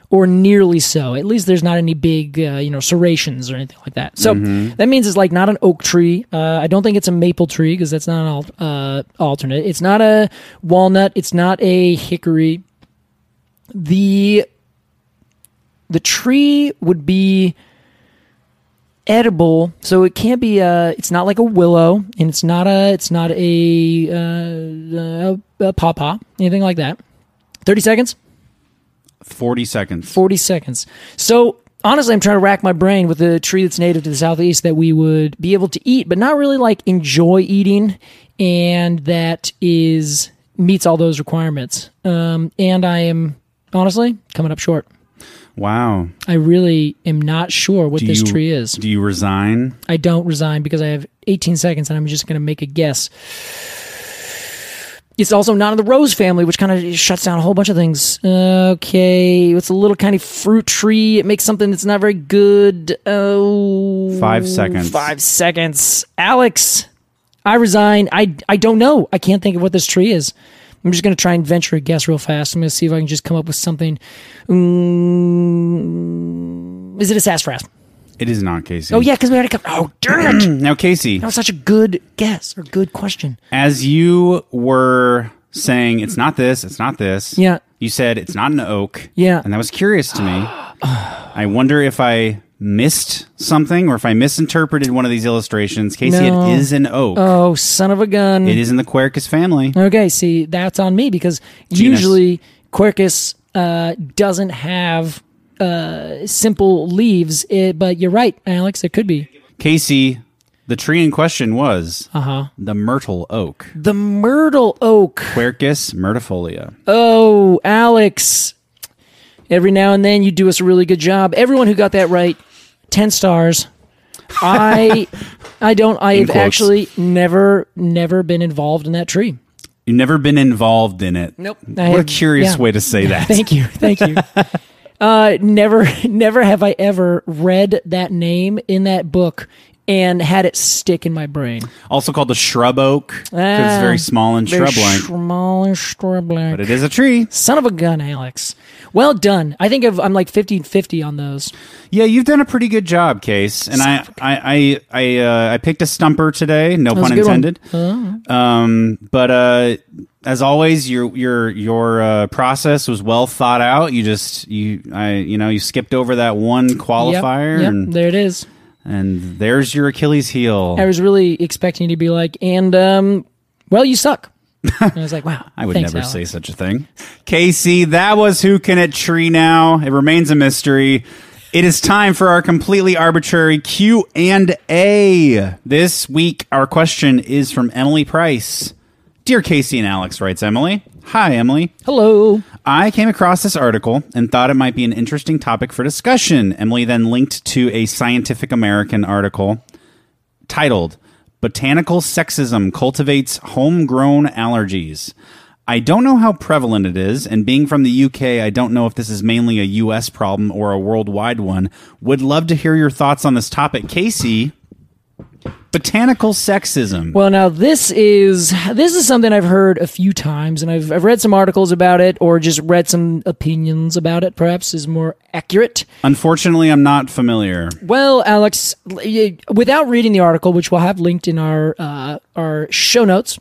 Speaker 2: or nearly so. At least there's not any big, uh, you know, serrations or anything like that. So that means it's like not an oak tree. Uh, I don't think it's a maple tree because that's not an al- uh, alternate. It's not a walnut. It's not a hickory. The the tree would be edible so it can't be uh it's not like a willow and it's not a it's not a uh, a, a pawpaw anything like that 30 seconds
Speaker 1: 40 seconds.
Speaker 2: 40 seconds so honestly i'm trying to rack my brain with a tree that's native to the southeast that we would be able to eat but not really like enjoy eating and that is meets all those requirements um and i am honestly coming up short
Speaker 1: Wow.
Speaker 2: i really am not sure what
Speaker 1: Do
Speaker 2: this
Speaker 1: you-
Speaker 2: tree is
Speaker 1: Do you resign?
Speaker 2: I don't resign because I have 18 seconds and I'm just going to make a guess. It's also not in the rose family, which kind of shuts down a whole bunch of things. Okay, it's a little kind of fruit tree. It makes something that's not very good. Oh,
Speaker 1: Five seconds.
Speaker 2: Five seconds. Alex, I resign. I I don't know. I can't think of what this tree is. I'm just going to try and venture a guess real fast. I'm going to see if I can just come up with something. Mm, is it a sassafras?
Speaker 1: It is not, Casey.
Speaker 2: Oh yeah, Oh. because we already covered. Oh darn it!
Speaker 1: Now, Casey,
Speaker 2: That was such a good guess or good question.
Speaker 1: as you were saying, it's not this, it's not this.
Speaker 2: Yeah.
Speaker 1: You said it's not an oak.
Speaker 2: Yeah.
Speaker 1: And that was curious to me. I wonder if I missed something or if I misinterpreted one of these illustrations. Casey,
Speaker 2: No.
Speaker 1: it is an oak.
Speaker 2: Oh, son of a gun.
Speaker 1: It is in the Quercus family.
Speaker 2: Okay, see, that's on me because
Speaker 1: Genus.
Speaker 2: usually Quercus uh, doesn't have uh, simple leaves, it, but you're right, Alex, it could be.
Speaker 1: Casey, the tree in question was
Speaker 2: Uh-huh.
Speaker 1: the myrtle oak,
Speaker 2: The myrtle oak.
Speaker 1: Quercus myrtifolia.
Speaker 2: Oh, Alex. Every now and then you do us a really good job. Everyone who got that right, 10 stars. I I don't I have
Speaker 1: quotes.
Speaker 2: actually never never been involved in that tree.
Speaker 1: You've never been involved in it.
Speaker 2: Nope. I
Speaker 1: What a
Speaker 2: have-
Speaker 1: curious
Speaker 2: yeah.
Speaker 1: way to say that.
Speaker 2: Thank you. Thank you. uh, never, never have I ever read that name in that book and had it stick in my brain.
Speaker 1: Also called the shrub oak 'cause it's
Speaker 2: Ah,
Speaker 1: very small and
Speaker 2: Very
Speaker 1: shrub like.
Speaker 2: Small and shrub
Speaker 1: but it is a tree.
Speaker 2: Son of a gun, Alex. Well done. I think I've, I'm like 50 50 on those.
Speaker 1: Yeah, you've done a pretty good job, Case. And I, I, I, I, uh, I picked a stumper today. No
Speaker 2: was
Speaker 1: pun
Speaker 2: a good one. Oh,
Speaker 1: intended. Um, but uh, as always, your your your uh, process was well thought out. You just you I you know you skipped over that one
Speaker 2: Yep,
Speaker 1: qualifier,
Speaker 2: yep,
Speaker 1: and
Speaker 2: there it is.
Speaker 1: and there's your Achilles heel.
Speaker 2: I was really expecting you to be like, and, um, well, you suck. And I was like, wow.
Speaker 1: I would
Speaker 2: thanks,
Speaker 1: never
Speaker 2: Alex.
Speaker 1: say such a thing. Casey, that was Who Can It Tree Now. It remains a mystery. It is time for our completely arbitrary Q and A. This week, our question is from Emily Price. Dear Casey and Alex, writes Emily. Hi, Emily.
Speaker 2: Hello.
Speaker 1: I came across this article and thought it might be an interesting topic for discussion. Emily then linked to a Scientific American article titled Botanical Sexism Cultivates Homegrown Allergies. I don't know how prevalent it is, and being from the UK, I don't know if this is mainly a US problem or a worldwide one. Would love to hear your thoughts on this topic. Casey, botanical sexism.
Speaker 2: Well, now this is this is something I've heard a few times, and I've I've read some articles about it, or just read some opinions about it. Perhaps is more accurate.
Speaker 1: Unfortunately, I'm not familiar.
Speaker 2: Well, Alex, l- y- without reading the article, which we'll have linked in our uh, our show notes,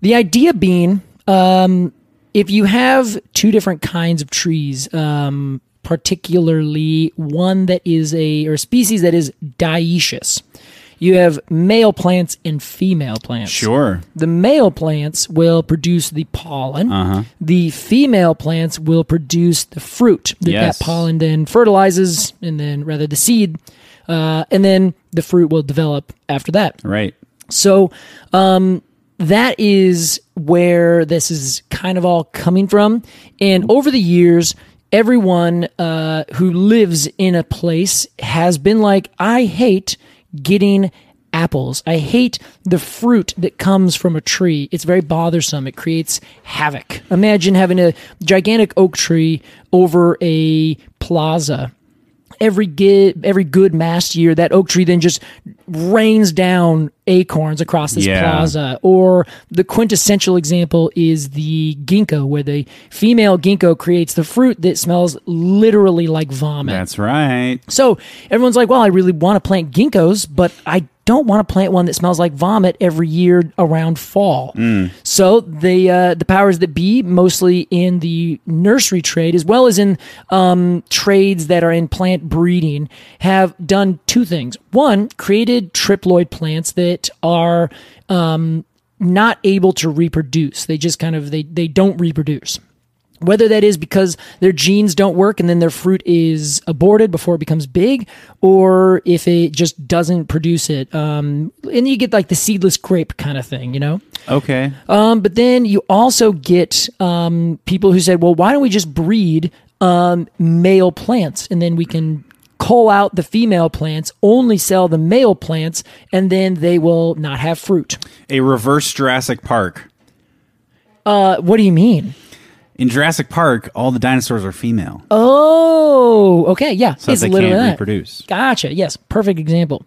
Speaker 2: the idea being, um, if you have two different kinds of trees, um, particularly one that is a or a species that is dioecious, you have male plants and female plants.
Speaker 1: Sure.
Speaker 2: The male plants will produce the pollen. The female plants will produce the fruit that
Speaker 1: Yes.
Speaker 2: that pollen then fertilizes, and then rather the seed, uh, and then the fruit will develop after that.
Speaker 1: Right.
Speaker 2: So um, that is where this is kind of all coming from. And over the years, everyone uh, who lives in a place has been like, I hate getting apples. I hate the fruit that comes from a tree. It's very bothersome. It creates havoc. Imagine having a gigantic oak tree over a plaza every good every good mass year that oak tree then just rains down acorns across this
Speaker 1: Yeah.
Speaker 2: plaza uh, or the quintessential example is the ginkgo where the female ginkgo creates the fruit that smells literally like vomit
Speaker 1: That's right.
Speaker 2: so everyone's like well i really want to plant ginkgos but i don't want to plant one that smells like vomit every year around fall so the uh, the powers that be, mostly in the nursery trade as well as in um, trades that are in plant breeding, have done two things. One, created triploid plants that are um, not able to reproduce. They just kind of they they don't reproduce. Whether that is because their genes don't work and then their fruit is aborted before it becomes big, or if it just doesn't produce it, um, and you get like the seedless grape kind of thing, you know.
Speaker 1: Okay.
Speaker 2: Um, but then you also get um, people who said, well, why don't we just breed um, male plants and then we can cull out the female plants, only sell the male plants, and then they will not have fruit.
Speaker 1: A reverse Jurassic Park.
Speaker 2: Uh, what do you mean?
Speaker 1: In Jurassic Park, all the dinosaurs are female.
Speaker 2: Oh, okay. Yeah.
Speaker 1: So
Speaker 2: it's
Speaker 1: they
Speaker 2: literally
Speaker 1: can't
Speaker 2: that.
Speaker 1: reproduce.
Speaker 2: Gotcha. Yes. Perfect example.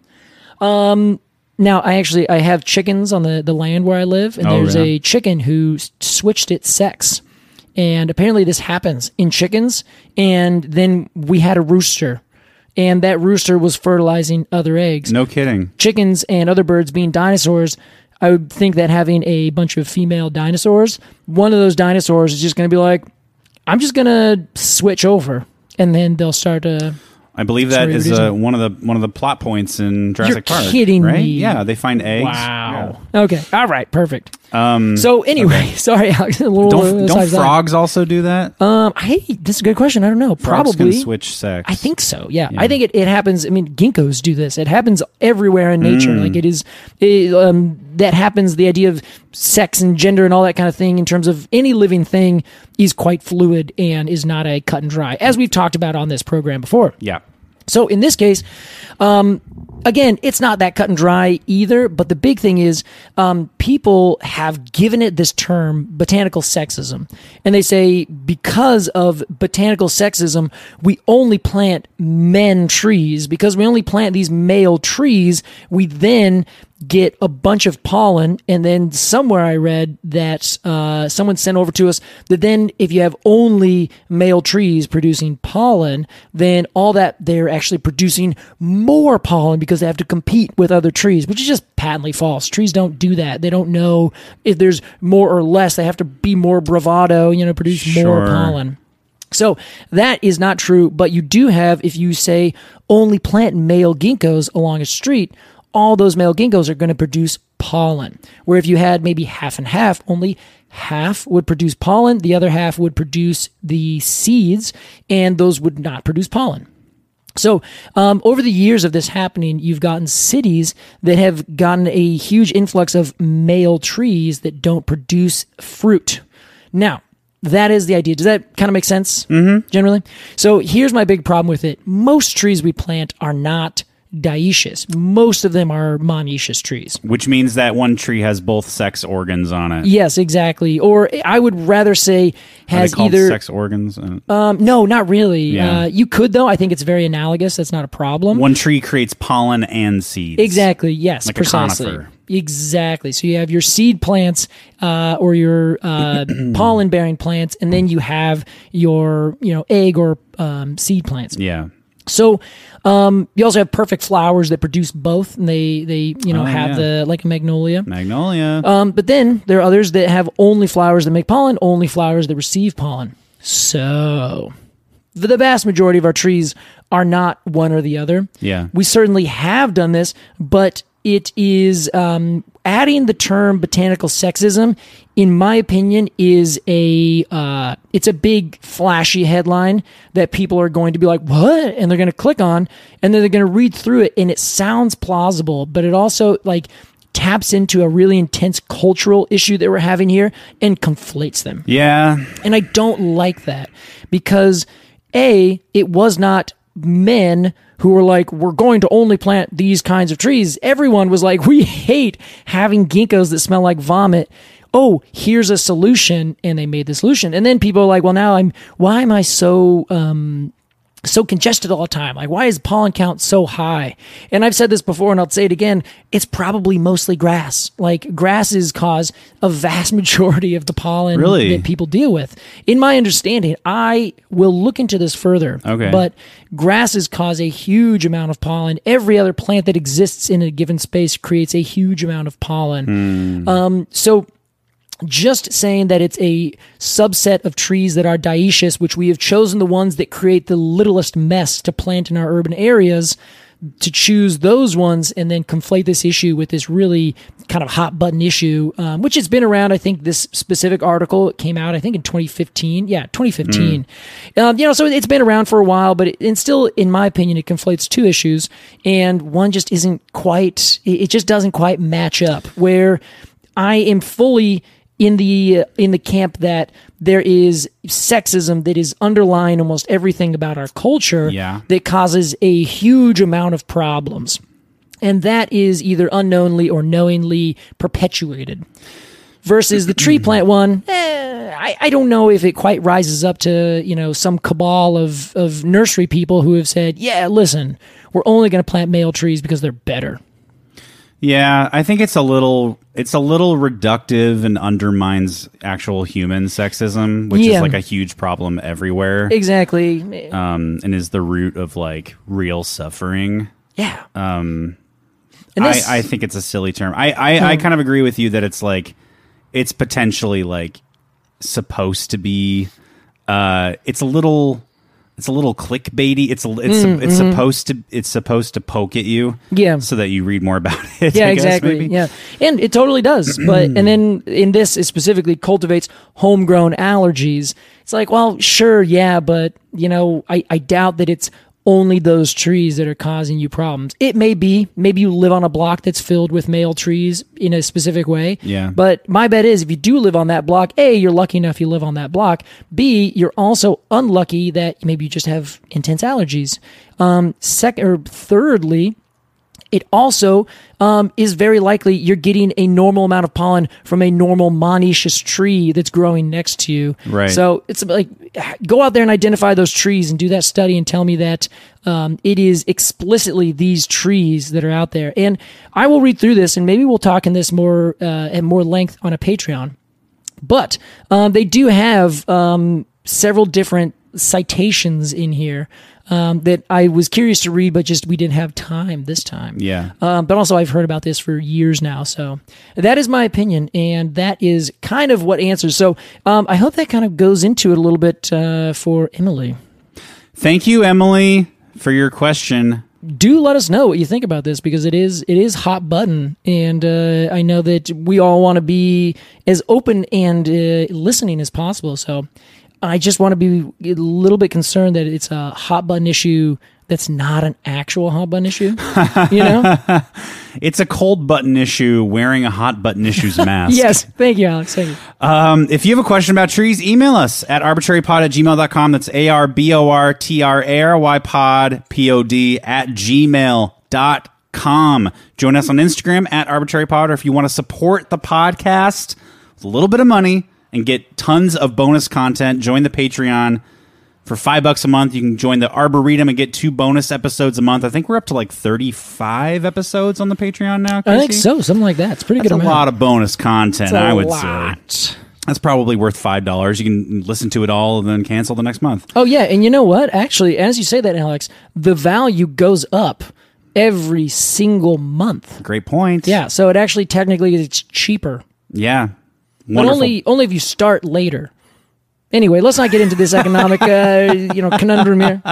Speaker 2: Um, now I actually, I have chickens on the, the land where I live and
Speaker 1: Oh,
Speaker 2: there's
Speaker 1: yeah.
Speaker 2: a chicken who s- switched its sex. And apparently this happens in chickens. And then we had a rooster and that rooster was fertilizing other eggs.
Speaker 1: No kidding.
Speaker 2: Chickens and other birds being dinosaurs. I would think that having a bunch of female dinosaurs, one of those dinosaurs is just going to be like, I'm just gonna switch over, and then they'll start uh, to.
Speaker 1: I believe that
Speaker 2: Sorry,
Speaker 1: is
Speaker 2: what is
Speaker 1: uh,
Speaker 2: it?
Speaker 1: one of the one of the plot points in Jurassic Park.
Speaker 2: kidding
Speaker 1: right?
Speaker 2: me.
Speaker 1: Yeah, they find eggs.
Speaker 2: Okay. All right.
Speaker 1: Yeah.
Speaker 2: Perfect.
Speaker 1: Um,
Speaker 2: So anyway, sorry, Alex. A little,
Speaker 1: don't
Speaker 2: little
Speaker 1: don't
Speaker 2: sidetrack.
Speaker 1: frogs also do that?
Speaker 2: Um, I this is a good question. I don't know.
Speaker 1: Frogs
Speaker 2: Probably.
Speaker 1: can switch sex.
Speaker 2: I think so. Yeah. I think it, it happens. I mean, ginkgos do this. It happens everywhere in nature. Like it is, it, um, that happens. The idea of sex and gender and all that kind of thing in terms of any living thing is quite fluid and is not a cut and dry, as we've talked about on this program before.
Speaker 1: Yeah.
Speaker 2: So in this case, um, again, it's not that cut and dry either. But the big thing is, um, people have given it this term, botanical sexism, and they say because of botanical sexism, we only plant men trees because we only plant these male trees. We then get a bunch of pollen, and then somewhere I read that uh, someone sent over to us that then if you have only male trees producing pollen, then all that they're actually producing more pollen because they have to compete with other trees, which is just patently false. Trees don't do that. They don't know if there's more or less. They have to be more bravado, you know, produce
Speaker 1: Sure.
Speaker 2: more pollen. So that is not true, but you do have, if you say only plant male ginkgos along a street, all those male ginkgos are going to produce pollen. Where if you had maybe half and half, only half would produce pollen, the other half would produce the seeds, and those would not produce pollen. So, um, over the years of this happening, you've gotten cities that have gotten a huge influx of male trees that don't produce fruit. Now, that is the idea. Does that kind of make sense mm-hmm. generally? So, here's my big problem with it most trees we plant are not dioecious, most of them are monoecious trees.
Speaker 1: Which means that one tree has both sex organs on it.
Speaker 2: Yes, exactly. Or I would rather
Speaker 1: Are
Speaker 2: say
Speaker 1: they
Speaker 2: has
Speaker 1: called
Speaker 2: either
Speaker 1: sex organs? Uh,
Speaker 2: um, no, not really.
Speaker 1: Yeah.
Speaker 2: Uh, you could though. I think it's very analogous. That's not a problem.
Speaker 1: one tree creates pollen and seeds.
Speaker 2: Exactly. Yes.
Speaker 1: Like a
Speaker 2: precisely.
Speaker 1: conifer.
Speaker 2: Exactly. So you have your seed plants uh, or your uh, pollen bearing plants, and then you have your you know egg or um, seed plants.
Speaker 1: Yeah.
Speaker 2: So um, you also have perfect flowers that produce both, and they they you know
Speaker 1: Oh,
Speaker 2: have
Speaker 1: yeah.
Speaker 2: the like a magnolia.
Speaker 1: Magnolia.
Speaker 2: Um, but then there are others that have only flowers that make pollen, only flowers that receive pollen. So the the vast majority of our trees are not one or the other.
Speaker 1: Yeah.
Speaker 2: We certainly have done this, but it is um, adding the term botanical sexism in my opinion is a uh, it's a big flashy headline that people are going to be like what and they're going to click on and then they're going to read through it and it sounds plausible but it also like taps into a really intense cultural issue that we're having here and conflates them
Speaker 1: Yeah.
Speaker 2: and I don't like that because A, it was not men who were like, we're going to only plant these kinds of trees. Everyone was like, we hate having ginkgos that smell like vomit. Oh, here's a solution. And they made the solution. And then people are like, well, now I'm, why am I so, um, so congested all the time. Like, why is pollen count so high? And I've said this before and I'll say it again. It's probably mostly grass. Like, grasses cause a vast majority of the pollen
Speaker 1: Really?
Speaker 2: that people deal with. In my understanding, I will look into this further.
Speaker 1: Okay.
Speaker 2: But grasses cause a huge amount of pollen. Every other plant that exists in a given space creates a huge amount of pollen. Um, so, just saying that it's a subset of trees that are dioecious, which we have chosen the ones that create the littlest mess to plant in our urban areas, to choose those ones and then conflate this issue with this really kind of hot button issue, um, which has been around. I think this specific article came out, I think in 2015. Yeah, 2015. Um, you know, so it's been around for a while, but it, and still, in my opinion, it conflates two issues, and one just isn't quite. It, it just doesn't quite match up. Where I am fully in the uh, in the camp that there is sexism that is underlying almost everything about our culture
Speaker 1: Yeah.
Speaker 2: that causes a huge amount of problems and that is either unknowingly or knowingly perpetuated versus the tree plant one eh, I, I don't know if it quite rises up to you know some cabal of of nursery people who have said yeah listen we're only going to plant male trees because they're better
Speaker 1: Yeah, I think it's a little it's a little reductive and undermines actual human sexism, which
Speaker 2: Yeah.
Speaker 1: is like a huge problem everywhere.
Speaker 2: exactly Eh,
Speaker 1: Um, and is the root of like real suffering.
Speaker 2: yeah
Speaker 1: Um,
Speaker 2: and this, Hmm.
Speaker 1: I, I think it's a silly term. I, I, I kind of agree with you that it's like it's potentially like supposed to be. Uh, it's a little it's a little clickbaity. It's a, it's it's supposed to it's supposed to poke at you,
Speaker 2: Hmm, Yeah.
Speaker 1: so that you read more about it.
Speaker 2: yeah,
Speaker 1: I guess,
Speaker 2: exactly.
Speaker 1: maybe.
Speaker 2: Yeah, and it totally does. but and then in this, it specifically cultivates homegrown allergies. It's like, well, sure, yeah, but you know, I, I doubt that it's only those trees that are causing you problems. It may be, maybe you live on a block that's filled with male trees in a specific way.
Speaker 1: Yeah.
Speaker 2: But my bet is if you do live on that block, A, you're lucky enough you live on that block. B, you're also unlucky that maybe you just have intense allergies. Um second or thirdly, it also um, is very likely you're getting a normal amount of pollen from a normal monoecious tree that's growing next to you.
Speaker 1: Right.
Speaker 2: So it's like go out there and identify those trees and do that study and tell me that um, it is explicitly these trees that are out there. And I will read through this and maybe we'll talk in this more uh, at more length on a Patreon. But um, they do have um, several different citations in here um, that I was curious to read, but just we didn't have time this time.
Speaker 1: Yeah.
Speaker 2: Um, but also, I've heard about this for years now. So that is my opinion, and that is kind of what answers. So um, I hope that kind of goes into it a little bit uh, for Emily.
Speaker 1: Thank you, Emily, for your question.
Speaker 2: do let us know what you think about this because it is it is hot button and uh, i know that we all want to be as open and uh, listening as possible so i just want to be a little bit concerned that it's a hot button issue that's not an actual hot button issue you know
Speaker 1: It's a cold button issue wearing a hot button issues mask.
Speaker 2: yes thank you alex thank you
Speaker 1: Um, if you have a question about trees, email us at arbitrarypod at gmail.com. That's A R B O R T R A R Y pod, P O D, at gmail.com. Join us on Instagram at arbitrarypod, or if you want to support the podcast with a little bit of money and get tons of bonus content, join the Patreon. For five bucks a month, you can join the Arboretum and get two bonus episodes a month. I think we're up to like 35 episodes on the Patreon now.
Speaker 2: i think
Speaker 1: Casey?
Speaker 2: so something like that it's a pretty
Speaker 1: That's
Speaker 2: good
Speaker 1: a
Speaker 2: amount.
Speaker 1: lot of bonus content,
Speaker 2: It's a
Speaker 1: I would
Speaker 2: lot.
Speaker 1: say. That's probably worth five dollars. You can listen to it all and then cancel the next month.
Speaker 2: Oh yeah, and you know what? Actually, as you say that, Alex, the value goes up every single month.
Speaker 1: Great point.
Speaker 2: Yeah, so it actually technically it's cheaper
Speaker 1: Yeah.
Speaker 2: But
Speaker 1: Wonderful.
Speaker 2: only only if you start later. Anyway, let's not get into this economic, uh, you know, conundrum here.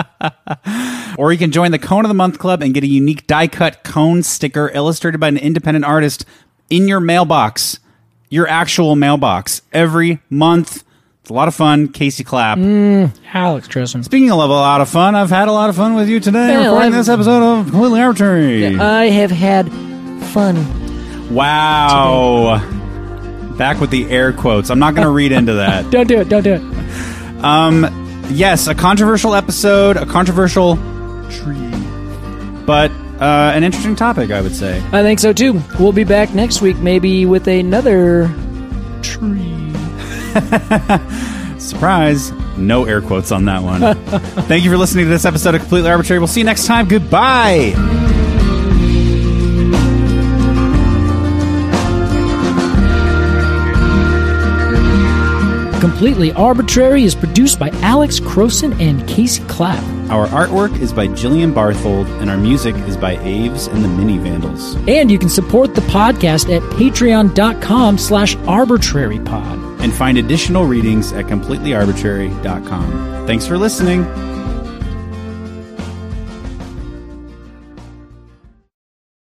Speaker 1: Or you can join the Cone of the Month Club and get a unique die cut cone sticker illustrated by an independent artist in your mailbox, your actual mailbox, every month. It's a lot of fun. Casey Clapp.
Speaker 2: Mm. Alex Dresden.
Speaker 1: Speaking of a lot of fun, I've had a lot of fun with you today
Speaker 2: Yeah,
Speaker 1: recording
Speaker 2: I've-
Speaker 1: this episode of Completely Arbitrary.
Speaker 2: I have had fun.
Speaker 1: wow. Back with the air quotes. I'm not going to read into that.
Speaker 2: Don't do it. Don't do it.
Speaker 1: Yes, a controversial episode, a controversial tree, but uh, an interesting topic, I would say.
Speaker 2: I think so too. We'll be back next week, maybe with another tree.
Speaker 1: Surprise, no air quotes on that one. Thank you for listening to this episode of Completely Arbitrary. We'll see you next time. Goodbye.
Speaker 2: Completely Arbitrary is produced by Alex Croson and Casey Clapp.
Speaker 1: Our artwork is by Jillian Barthold, and our music is by Aves and the Mini Vandals.
Speaker 2: And you can support the podcast at patreon.com slash arbitrarypod.
Speaker 1: And find additional readings at completelyarbitrary.com. Thanks for listening.